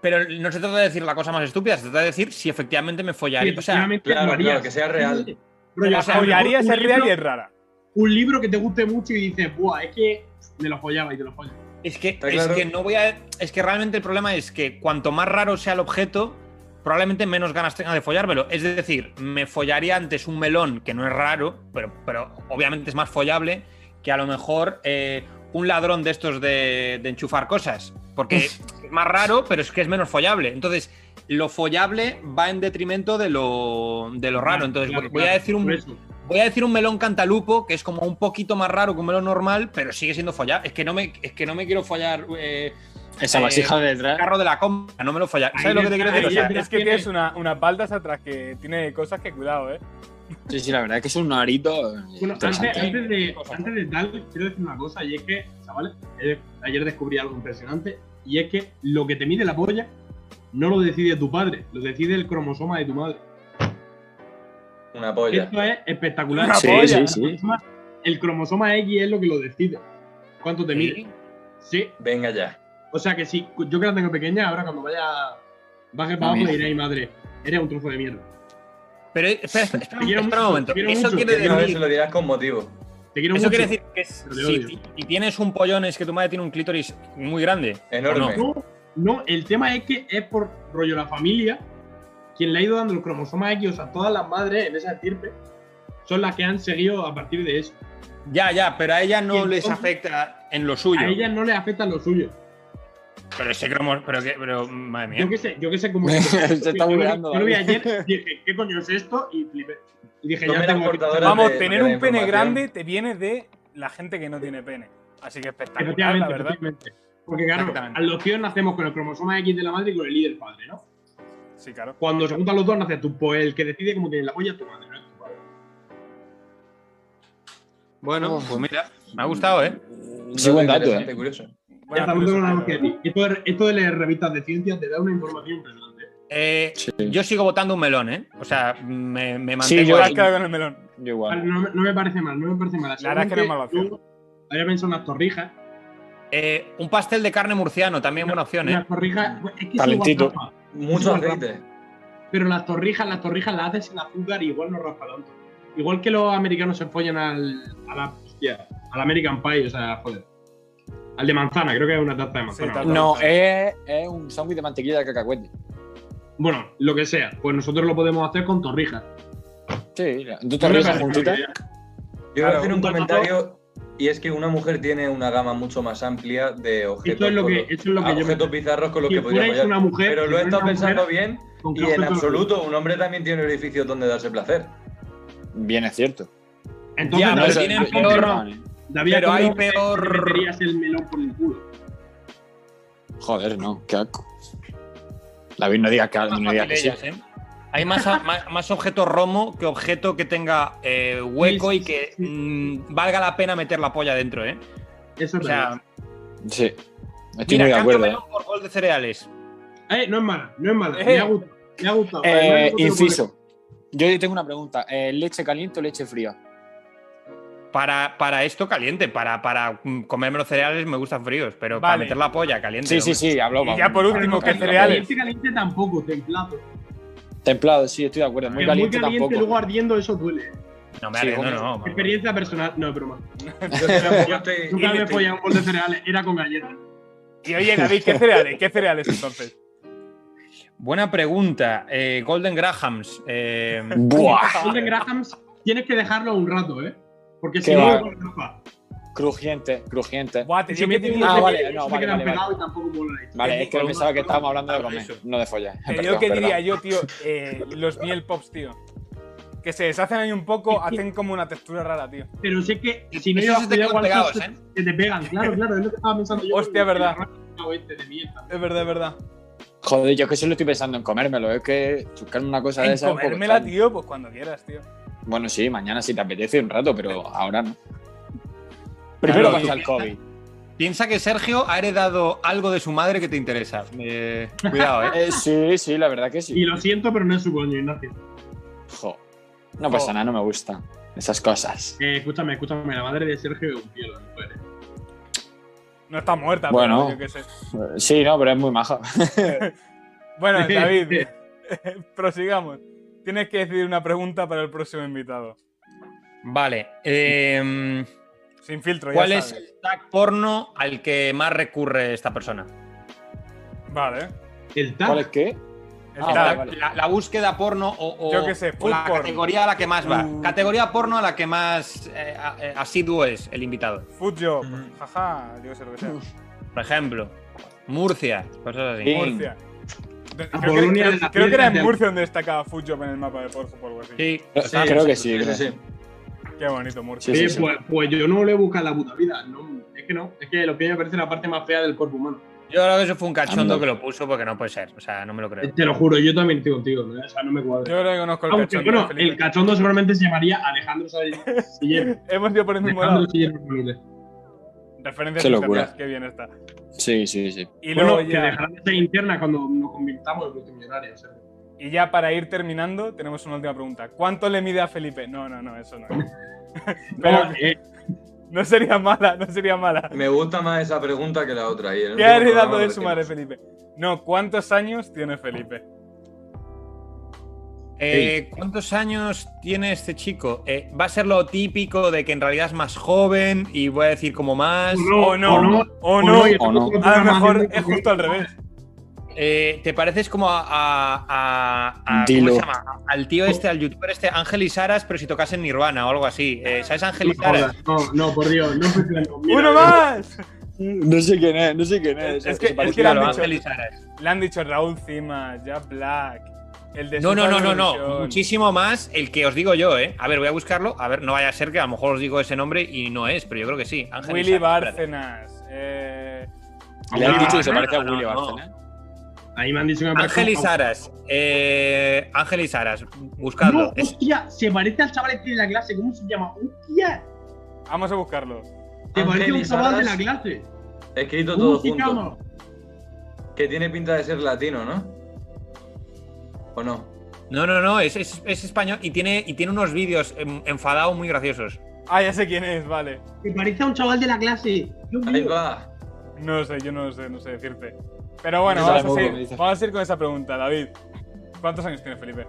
F: Pero no se trata de decir la cosa más estúpida, se trata de decir si efectivamente me follaría. O sea,
D: Efectivamente,
E: claro,
D: lo harías.
E: claro, que sea real.
D: Rollo,
F: O sea,
B: Follaría
D: un
B: es real
D: libro-
B: y es rara.
D: Un libro que te guste mucho y dices, buah, es que me lo follaba y te lo follas.
F: Es que,
E: ¿Está
F: es
E: claro?
F: que no voy a. Es que realmente el problema es que cuanto más raro sea el objeto, probablemente menos ganas tenga de follármelo. Es decir, me follaría antes un melón, que no es raro, pero, pero obviamente es más follable, que a lo mejor eh, un ladrón de estos de, de enchufar cosas. Porque es más raro, pero es que es menos follable. Entonces, lo follable va en detrimento de lo, de lo raro. Entonces,
D: Claro,
F: voy
D: claro,
F: a
D: Pues
F: decir un,
D: por eso.
F: Voy a decir un melón cantalupo, que es como un poquito más raro que un melón normal, pero sigue siendo follar. Es que no me, es que no me quiero follar eh,
C: Esa vasija de
F: el
C: detrás.
F: carro de la compra, no me lo follar.
D: Ahí
F: ¿Sabes lo que te quiero
D: está,
F: decir? O
D: ahí
F: sea,
D: está.
B: es que tienes una, unas baldas atrás que tiene cosas que cuidado, eh.
C: Sí, sí, la verdad es que son unos aritos.
D: Bueno, antes,
C: interesantes.
D: antes de, antes de tal, quiero decir una cosa, y es que, chavales, eh, ayer descubrí algo impresionante, y es que lo que te mide la polla no lo decide tu padre, lo decide el cromosoma de tu madre.
E: Una polla.
D: Esto es espectacular.
B: Una
C: Sí,
B: polla.
C: sí, sí.
D: Cromosoma- El cromosoma X es lo que lo decide. ¿Cuánto te mide?
F: ¿Sí?
D: Sí.
E: Venga ya.
D: O sea que si yo que la tengo pequeña, ahora cuando vaya baje
C: Ah,
D: para abajo
C: mira.
D: le diré a mi madre, eres un trozo de mierda.
F: Pero eh, espera, espera, espera,
D: Te quiero
F: espera un
D: mucho,
F: momento.
D: te quiero
F: Eso
D: mucho,
F: quiere
D: te
E: Una vez se
F: decir.
E: lo dirás con motivo.
D: Te quiero
F: Eso
D: mucho.
F: quiere decir que es-
D: Te lo
F: si,
D: digo
F: ti- si tienes un pollón es que tu madre tiene un clítoris muy grande. ¿o
E: Enorme.
F: no?
D: No, No, el tema es que es por rollo la familia quien le ha ido dando el cromosoma X, o sea, todas las madres en esa estirpe son las que han seguido a partir de eso.
F: Ya, ya, pero a ella
D: Y
F: no
D: entonces-
F: les afecta en lo suyo.
D: A ellas no les afecta lo suyo.
F: Pero ese cromo, pero que, pero madre mía.
D: Yo qué sé, yo qué sé cómo.
C: Se está
D: Yo lo vi-
C: burlando,
D: Yo lo vi
C: David.
D: ayer, dije, ¿qué coño es esto? Y flipé. Y dije,
E: No
D: ya
E: me la
D: tengo aquí.
E: cortadora
B: Vamos,
E: de-
B: tener
E: de la
B: un pene
E: información.
B: grande te viene de la gente que no tiene pene. Así que espectacular, la
D: Efectivamente,
B: verdad.
D: efectivamente. Porque claro,
F: Exactamente.
D: a los tíos nacemos con el cromosoma X de la madre y con el Y del padre, ¿no?
B: Sí, claro.
D: Cuando se juntan los dos, nace tu pues el que decide cómo tiene la polla es tu madre, no es tu padre. Oh.
F: Bueno,
C: Uf.
F: pues mira, me ha gustado, ¿eh?
C: Sí, buen dato,
E: Interesante,
C: ¿eh?
E: curioso.
D: Ya
B: Bueno,
D: está, no tengo nada más que
B: pero-
D: decir. Esto de, esto de leer revistas de ciencia te da una información impresionante.
F: Eh,
C: Sí.
F: Yo sigo votando un melón, ¿eh? O sea, me, me mantengo.
C: Sí, yo-
B: Te has
F: ahí.
B: quedado con el melón.
C: Yo
D: Vale,
C: igual.
D: no, me- no me parece mal, no me parece mal.
B: La verdad es que no es mala opción.
D: Yo Había pensado en unas torrijas.
F: Eh, un pastel de carne murciano, también buena opción, ¿eh?
D: Unas torrijas. pues, Es que
C: Calentito.
D: son guapas, Mucho
E: Mucho aceite.
D: Pero las torrijas, las torrijas las haces sin azúcar y igual no raspa tanto. Igual que los americanos se follan al. a la. hostia, al American Pie, o sea, joder. Al de manzana, creo que es una tarta de
B: Sí,
D: manzana.
B: tarta.
C: No, es, es un sándwich de mantequilla de cacahuete.
D: Bueno, lo que sea. Pues nosotros lo podemos hacer con torrijas.
C: Sí, la- tú te
D: No me
C: ríes
D: parece mala
C: juntita.
D: idea.
E: Yo voy a
B: Claro,
E: hacer un
D: un dato-
E: comentario y es que una mujer tiene una gama mucho más amplia de objetos,
D: Esto es lo
E: con
D: que,
E: los-
D: esto es lo que
E: ah,
D: yo me-
E: objetos bizarros con los
D: Si
E: que podría
D: fuerais
E: apoyar.
D: una mujer.
E: Pero
D: si
E: lo he
D: fuerais
E: estado
D: una
E: pensando
D: mujer,
E: bien
D: ¿con qué
E: y en
D: objeto lo-
E: absoluto un hombre también tiene orificios donde darse placer.
C: Bien, es cierto.
D: Entonces,
C: Ah,
F: Ya,
D: David,
F: pero tienen
D: has
F: peor-
D: confirmado- David, has
F: pero hay
D: confirmado que
F: peor-
D: te meterías el melón por el culo.
C: Joder, no, qué asco. David, no digas que, no digas que sí.
F: Papilillas, ¿eh? Hay más, a- más, más objeto romo que objeto que tenga eh, hueco
D: Sí,
F: y
D: sí,
F: que
D: sí, sí.
F: mm, valga la pena meter la polla dentro, ¿eh?
D: Eso
F: O
D: es
F: sea,
C: Sí. Estoy
F: mira,
C: muy de
F: cambio
C: acuerdo. ¿eh?
F: melón por gol de cereales.
D: verdad. Eh, no es mala, no es mala.
B: Eh.
D: Me ha gustado. Me ha gustado.
C: Eh,
D: Además, no te lo
C: inciso. Yo tengo una pregunta. Eh, ¿Leche caliente o leche fría?
F: Para, para esto caliente, para, para mm, comerme los cereales me gustan fríos, pero para
B: Vale.
F: meter la polla caliente.
C: Sí, sí,
F: hombre.
C: sí, hablamos.
B: Y ya por
D: pones.
B: último,
D: Pero
B: que
D: no,
B: cereales.
D: Caliente, caliente tampoco, templado.
C: Templado, sí, estoy de acuerdo. Muy
D: Muy
C: caliente,
D: muy caliente luego
C: tampoco.
D: ardiendo, eso duele.
F: No me
C: Sí,
F: arde, no,
C: hombre.
F: no. vamos.
D: Experiencia personal, no es broma.
E: Yo estoy- yo estoy-
D: Nunca me he
E: estoy-
D: follado un bol de cereales, era con galletas.
B: Y oye, David, ¿qué cereales? ¿Qué cereales entonces?
F: Buena pregunta. eh, Golden Grahams. eh,
C: Buah,
D: Golden Grahams, tienes que dejarlo un rato, ¿eh? Porque si
C: Qué
D: no,
C: va.
D: con ropa.
C: crujiente, crujiente.
B: Buah, te
D: Si
B: digo que
D: metes
B: tiene
D: unos
C: Ah,
D: de
B: una-
C: vale,
D: medio,
C: no,
D: se
C: vale,
D: quedan
C: vale,
D: pegados
C: vale.
D: y tampoco mola la historia.
C: Vale, es que pensaba que estábamos hablando de comer, no de follar.
B: Te digo
C: Perdón,
B: que
C: perdón.
B: diría Eh, yo, tío, eh, los miel pops, tío. Que se deshacen ahí un poco, hacen como una textura rara, tío.
D: Pero sé que si no
F: Esos
D: llevas cuidado,
F: se te quedan
D: igual
F: pegados,
D: se-
F: ¿eh?
D: se te pegan. Claro, claro, es lo que estaba pensando yo.
B: Hostia,
D: con el
B: verdad.
D: raro este de mierda.
B: Es verdad, es verdad.
C: Joder, yo es que solo estoy pensando en comérmelo. Es que buscarme una cosa de
B: En
C: esas. es un poco
B: comérmela,
C: extraño.
B: tío, pues cuando quieras, tío.
C: Bueno, sí, mañana si te apetece un rato, pero ahora no. Primero
F: Claro,
C: pasa el
F: tú-
C: COVID.
F: Piensa que Sergio ha heredado algo de su madre que te interesa. Eh, cuidado, ¿eh?
C: Eh, sí, sí, la verdad que
D: Y
C: sí.
D: lo siento, pero no es su coño, Ignacio.
C: Jo. No pasa nada, no me gusta. Esas cosas.
D: Eh, escúchame, escúchame, la madre de Sergio es un cielo. de mujer, eh.
B: No está muerta,
C: Bueno.
B: pero yo qué sé.
C: Eh, Sí, no, pero es muy maja.
B: Bueno, David, prosigamos. Tienes que decidir una pregunta para el próximo invitado.
F: Vale. eh,
B: Sin filtro, ya
F: ¿Cuál es
B: sabes.
F: el tag porno al que más recurre esta persona?
B: Vale. eh.
D: El
C: ¿Cuál es
D: tal. eh,
C: qué?
B: El
C: Ah,
F: La,
B: tag.
C: vale, vale.
F: la- la búsqueda porno o, o-
B: Yo qué sé,
F: o la
B: food porn.
F: categoría a la que más va.
C: Mm.
F: Categoría porno a la que más eh, a- eh, asiduo es el invitado.
B: Food job.
E: Ujú.
B: Jaja, yo qué sé lo que sea.
F: Por ejemplo, Murcia, cosas así.
C: Sí.
B: Murcia. Creo que,
D: Apolonia de
B: creo-
D: la
B: creo que era
D: piedra.
B: en Murcia donde destacaba Food Job en el mapa de Porjo por algo así.
F: Sí,
C: Sí, creo que sí.
E: Sí,
C: creo.
E: sí, sí.
B: Qué bonito, Murcia.
C: Sí, sí,
D: Oye,
C: sí.
D: Pues, pues yo no le busco la puta vida. No, es que no. Es que lo que me parece la parte más fea del cuerpo humano.
F: Yo creo que eso fue un cachondo
C: Anda.
F: que lo puso porque no puede ser. O sea, no me lo creo.
D: Te lo juro, yo también estoy contigo. ¿no? O sea, no me
B: Eh, Yo
D: cuadra.
B: creo que conozco el
D: Aunque
B: cachondo,
D: bueno,
B: Felipe.
D: el cachondo seguramente se llamaría Alejandro Sall- Siller.
B: Hemos ido por el mismo lado.
D: Alejandro Siller Bermúdez.
B: Referencias
C: Qué locura.
B: internas, Qué bien está.
C: Sí, sí, sí.
B: Y luego
D: Bueno, que
B: ya,
D: dejarán de ser interna cuando nos convirtamos en multimillonarios. ¿eh?
B: y ya para ir terminando, tenemos una última pregunta. ¿Cuánto le mide a Felipe? No, no, no, eso no. Pero
D: No, eh,
B: no sería mala, no sería mala.
E: Me gusta más esa pregunta que la otra. Y en el
B: ¿Qué
E: último
B: ha heredado
E: programa
B: de
E: lo
B: su madre
E: decimos.
B: Felipe? No, ¿cuántos años tiene Felipe?
F: Eh, ¿Cuántos años tiene este chico? Eh, va a ser lo típico de que en realidad es más joven y voy a decir como más.
D: No,
B: o no,
D: o no,
B: o
D: o
B: no.
D: no, y el
C: o no.
D: otro
B: A lo
D: programa
B: mejor
D: haciendo-
B: es justo al revés.
F: eh, te pareces como a. a- a- a- ¿Cómo
C: Dilo.
F: se llama? Al tío este, al youtuber este, Ángel y Saras, pero si tocasen Nirvana o algo así. Eh, ¿Sabes Ángel y
D: No,
F: Saras?
D: jodas, no, no, por Dios, no funciona conmigo.
B: ¡Uno más!
C: No sé quién es, no sé quién es.
B: Es
C: Se-
B: que-
C: se
B: es
C: parece
B: que la
C: a
B: han
C: lo-
F: Claro,
B: dicho.
F: Ángel y Saras.
B: Le han dicho Raúl Cima, Jack Black, el de
F: No, no, no, no, no.
B: Supervisión.
F: Muchísimo más el que os digo yo, ¿eh? A ver, voy a buscarlo. A ver, no vaya a ser que a lo mejor os digo ese nombre y no es, pero yo creo que sí. Ángel y
B: Willy
F: Saras, espérate.
B: Bárcenas. Eh,
C: Le han dicho que se
F: no,
C: parece a
F: no,
C: Willy
F: no.
C: Bárcenas.
D: Ahí me han dicho que me parezco
F: Ángel y
D: a-
F: Saras. Eh, Ángel y Saras. Buscadlo.
D: No,
F: Es-
D: hostia, se parece al chaval este de la clase. ¿Cómo se llama? ¡Hostia!
B: vamos a buscarlo.
D: Se parece a
E: Ángel
D: un
E: y
D: chaval de
E: Saras,
D: la clase.
E: Escrito
D: ¿Cómo
E: todo
D: se
E: junto.
D: llama?
E: Que tiene pinta de ser latino, ¿no? ¿O no?
F: No, no, no, es, es- es español y tiene, y tiene unos vídeos en- enfadados muy graciosos.
B: Ah, ya sé quién es, vale.
D: Se parece a un chaval de la clase. Dios
E: Ahí
D: mío.
E: va.
B: No lo sé, yo no lo sé, no sé decirte. Pero bueno,
C: Me sale
B: vamos a,
C: poco,
B: seguir,
C: me dice.
B: vamos a seguir con esa pregunta, David. ¿Cuántos años tiene Felipe?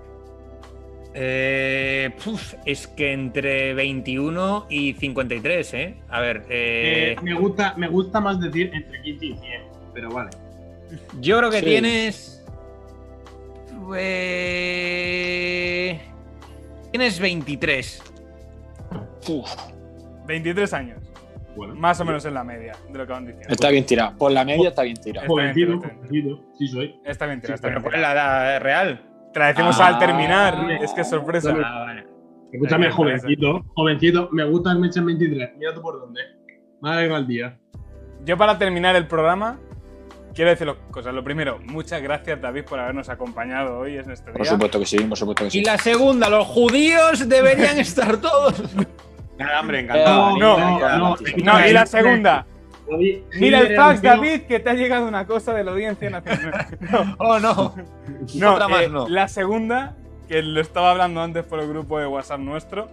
F: Eh, puf, es que entre 21 y 53, ¿eh? A ver, eh,
D: Eh, me, gusta, me gusta más decir entre 15 y 100, pero vale.
F: yo creo que
C: sí.
F: tienes... eh, tienes 23.
B: 23 años.
D: Bueno,
B: Más o menos en la media de lo que van diciendo.
C: Está bien tirado. Por la media está bien tirado.
D: jovencito,
B: Está bien,
D: jovencito, sí soy.
B: Está bien, tira,
D: Sí,
B: está
F: Pero
B: bien.
F: ¿cuál
B: tira.
F: es la edad real?
B: Te la decimos
C: Ah,
B: al terminar.
C: bien.
B: Es que es sorpresa.
D: Bueno,
F: Ah, vale.
D: Escúchame,
B: Ahí está,
D: jovencito, jovencito, me gusta el Mecha 23. Mira tú por dónde. Me ha alegrado el día.
B: Yo para terminar el programa quiero decir dos cosas. Lo primero, muchas gracias David por habernos acompañado hoy en este día.
C: Por supuesto que sí, por supuesto que
F: Y
C: sí.
F: la segunda, los judíos deberían estar todos.
H: Nada, hombre, encantado.
C: Eh,
B: no,
C: no,
B: No, y la segunda.
D: David,
B: Mira el
D: eres
B: fax,
D: un tío-
B: David, que te ha llegado una cosa de la audiencia nacional. No,
F: Oh, no.
B: no,
F: Otra más
B: eh,
F: no.
B: La segunda, que lo estaba hablando antes por el grupo de WhatsApp nuestro,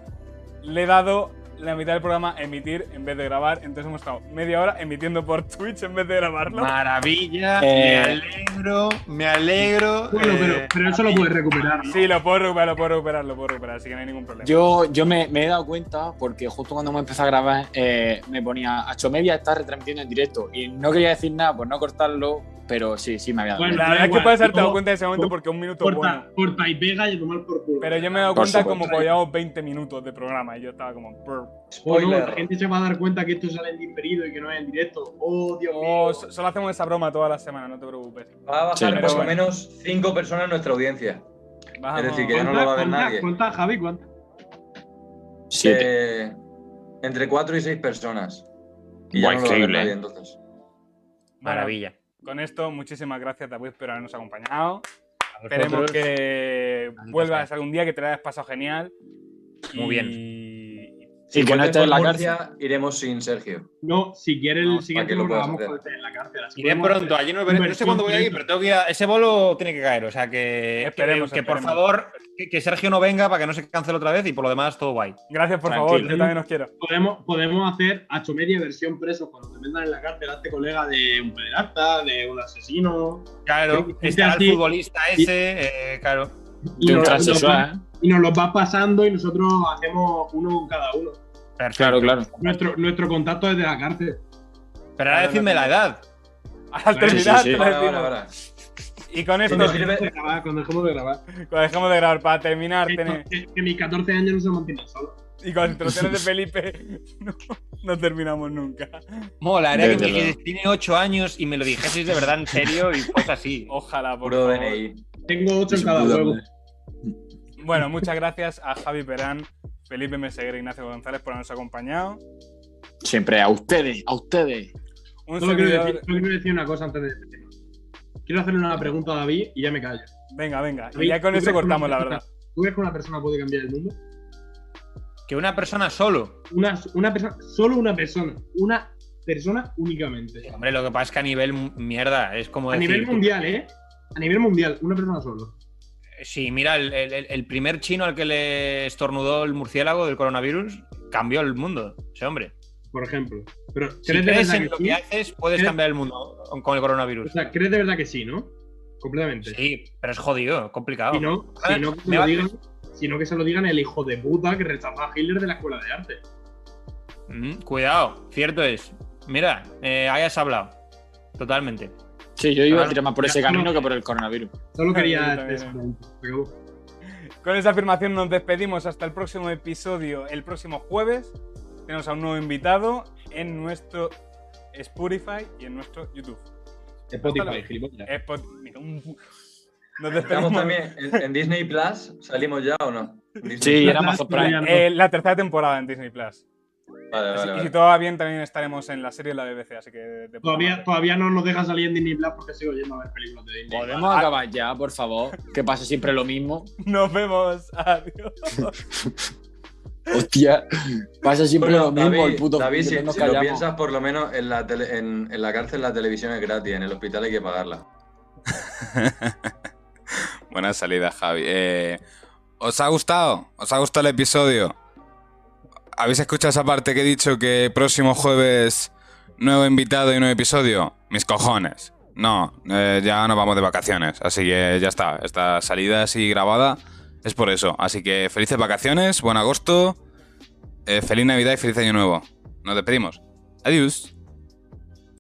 B: le he dado la mitad del programa a emitir en vez de grabar. Entonces hemos estado media hora emitiendo por Twitch en vez de grabarlo.
F: Maravilla,
C: Eh.
F: me alegro, me alegro.
D: Bueno,
F: eh,
D: pero, pero eso lo puedes recuperar. ¿no?
B: Sí, lo puedo recuperar, lo puedo recuperar, lo puedo recuperar, así que no hay ningún problema.
C: Yo, yo me, me he dado cuenta porque justo cuando hemos empezado a grabar eh, me ponía Acho Media está retransmitiendo en directo y no quería decir nada por no cortarlo, pero sí, sí me había dado
E: Pues
D: Bueno,
B: la
C: cuenta.
D: da
B: verdad es que
D: igual,
B: puedes haberte dado
D: no,
B: cuenta de ese momento
D: no,
B: porque un minuto es bueno.
D: Corta, corta y pega y a tomar por culo.
B: Pero yo me he dado
C: Por
B: cuenta
C: supuesto.
B: como que llevamos 20 minutos de programa y yo estaba como. "Brr".
D: Oh, no, la
E: Spoiler.
D: gente se va a dar cuenta que esto sale en diferido y que no es en directo. Oh, Dios
B: Oh,
D: mío.
B: so- solo hacemos esa broma toda la semana, no te preocupes.
E: Va a
C: Sí, no
E: bajar por
B: pasa
E: lo
B: nada.
E: menos 5 personas en nuestra audiencia.
B: Bajamos-
E: Es decir, que ya no
D: ¿Cuántas,
E: lo va a ver
D: cuántas,
E: nadie.
D: cuántas, Javi? ¿Cuántas?
C: Siete.
E: Eh, entre 4 y 6 personas. Y ya
C: Buah,
E: no lo va a ver
C: increíble,
E: nadie
C: ¿eh?
E: entonces.
B: Bueno,
F: Maravilla.
B: con esto, muchísimas gracias, David, por habernos acompañado.
F: A
B: Esperemos
F: vosotros,
B: que vuelvas algún día, que te lo hayas pasado genial.
F: Muy bien.
B: bien.
C: Y que no
E: vuelves
C: esté en
E: por
C: la
E: Murcia, Iremos sin Sergio.
D: No, si quieres
E: No,
D: el siguiente
E: para que lo
D: programa
E: puedas
D: vamos
E: hacer.
D: a hacer en la cárcel. así
F: Iré
D: podemos
F: pronto, allí no, no sé cuándo voy a ir, pero tengo que ir a- ese bolo tiene que caer, o sea que
B: Esperemos,
F: que, que por
B: esperemos.
F: favor que, que Sergio no venga para que no se cancele otra vez y por lo demás todo guay.
B: Gracias, por
C: Tranquilo.
B: favor, yo también os quiero.
D: Podemos, podemos hacer hacho media versión preso cuando te metan en la cárcel a este colega de un pederasta, de un asesino.
F: Claro,
D: Gente
F: está
D: así.
F: el futbolista ese, eh, claro.
D: Y
C: De un
D: nos- nos
C: transexual,
D: va-
C: ¿eh?
D: Y nos los va pasando y nosotros hacemos uno con cada uno.
F: Perfecto.
C: Claro, claro.
D: Nuestro, nuestro contacto es de la cárcel.
F: Pero ahora decidme la edad.
B: Al
D: Claro, sí,
B: terminar,
C: sí.
B: te lo
E: Ahora,
B: decimos.
E: ahora, ahora.
B: Y con esto,
D: Cuando
E: Nos
D: dejemos
E: sirve-
D: de grabar, cuando dejemos de grabar.
B: cuando dejemos de grabar para terminar, tenéis-
D: Que, que mis 14 años no se mantienen solos.
B: y con las instrucciones de Felipe, no, no terminamos nunca.
F: Molaría que
C: Desde
F: me
C: luego.
F: dijese, tiene 8 años y me lo dijeseis de verdad en serio y pues así.
B: Ojalá, por
E: Puro
B: favor.
E: DNI.
D: Tengo 8 en
C: Sin
D: cada
C: duda,
D: huevo.
C: hombre.
B: Bueno, muchas gracias a Javi Perán, Felipe Meseguer e Ignacio González por habernos acompañado.
C: Siempre a ustedes, a ustedes.
B: Un
D: Solo quiero,
B: servidor-
D: decir, solo quiero decir una cosa antes de despedirnos. Quiero hacerle una pregunta a David y ya me callo.
B: Venga, venga. Y
D: David,
B: ya con
D: ¿tú
B: eso
D: crees que
B: cortamos,
D: una
B: la
D: persona-
B: verdad.
D: ¿Tú crees que una persona puede cambiar el mundo?
F: Que una persona solo.
D: Una, una persona, solo una persona. Una persona únicamente.
F: Hombre, lo que pasa es que a nivel m- mierda, es como
D: A
F: decir,
D: nivel
F: tú-
D: mundial, ¿eh? A nivel mundial, una persona solo.
F: Sí, mira, el, el- el primer chino al que le estornudó el murciélago del coronavirus cambió el mundo, ese hombre.
D: Por ejemplo. Pero
F: Si
D: ¿crees de
F: crees
D: verdad
F: en
D: que
F: lo
D: sí?
F: que haces, puedes
D: ¿Crees?
F: cambiar el mundo con el
D: O
F: coronavirus.
D: sea, ¿crees de verdad que sí, no? Completamente.
F: Sí, pero es jodido, complicado.
D: Si no, si no, que se
F: Me
D: lo
F: va-
D: digan, si no que se lo digan el hijo de puta que rechaza a Hitler de la escuela de arte.
F: Mm, cuidado, cierto es. Mira, eh, hayas hablado. Totalmente.
C: Sí, yo iba
I: Claro.
C: a tirar más por ese
D: Ya,
C: camino
D: no.
C: que por el coronavirus.
D: Solo
B: Yo
D: quería este
B: también.
D: ese momento. Se acabó.
B: Con esa afirmación nos despedimos hasta el próximo episodio, el próximo jueves. Tenemos a un nuevo invitado en nuestro Spotify y en nuestro YouTube.
I: Spotify, gilipollas.
B: Spot- mira, un- Nos
E: Estamos
B: despedimos.
E: también en, en Disney Plus, ¿salimos ya o no? Disney
C: Sí,
E: Plus.
C: en Amazon Prime.
B: Eh, la tercera temporada en Disney Plus. Así-
E: Vale, vale,
B: Y si
E: vale.
B: todo va bien, también estaremos en la serie de la BBC, así que. de- de-
D: Todavía, todavía no nos deja salir en Disney Plus porque sigo yendo a ver películas de Disney.
C: Podemos
E: Ah.
C: acabar ya, por favor. Que pasa siempre lo mismo.
B: Nos vemos. Adiós.
C: Hostia, pasa siempre
E: Bueno,
C: lo mismo el
E: David,
C: puto.
E: David,
C: que
E: si,
C: nos
E: si lo
C: callamos.
E: piensas, por lo menos en la, tele- en, en la cárcel la televisión es gratis, en el hospital hay que pagarla.
A: Buena salida, Javi. Eh, ¿Os ha gustado? ¿Os ha gustado el episodio? ¿Habéis escuchado esa parte que he dicho que próximo jueves nuevo invitado y nuevo episodio? Mis cojones. No, eh, ya nos vamos de vacaciones, así que ya está. Esta salida así grabada es por eso. Así que felices vacaciones, buen agosto, eh, feliz Navidad y feliz Año Nuevo. Nos despedimos. Adiós.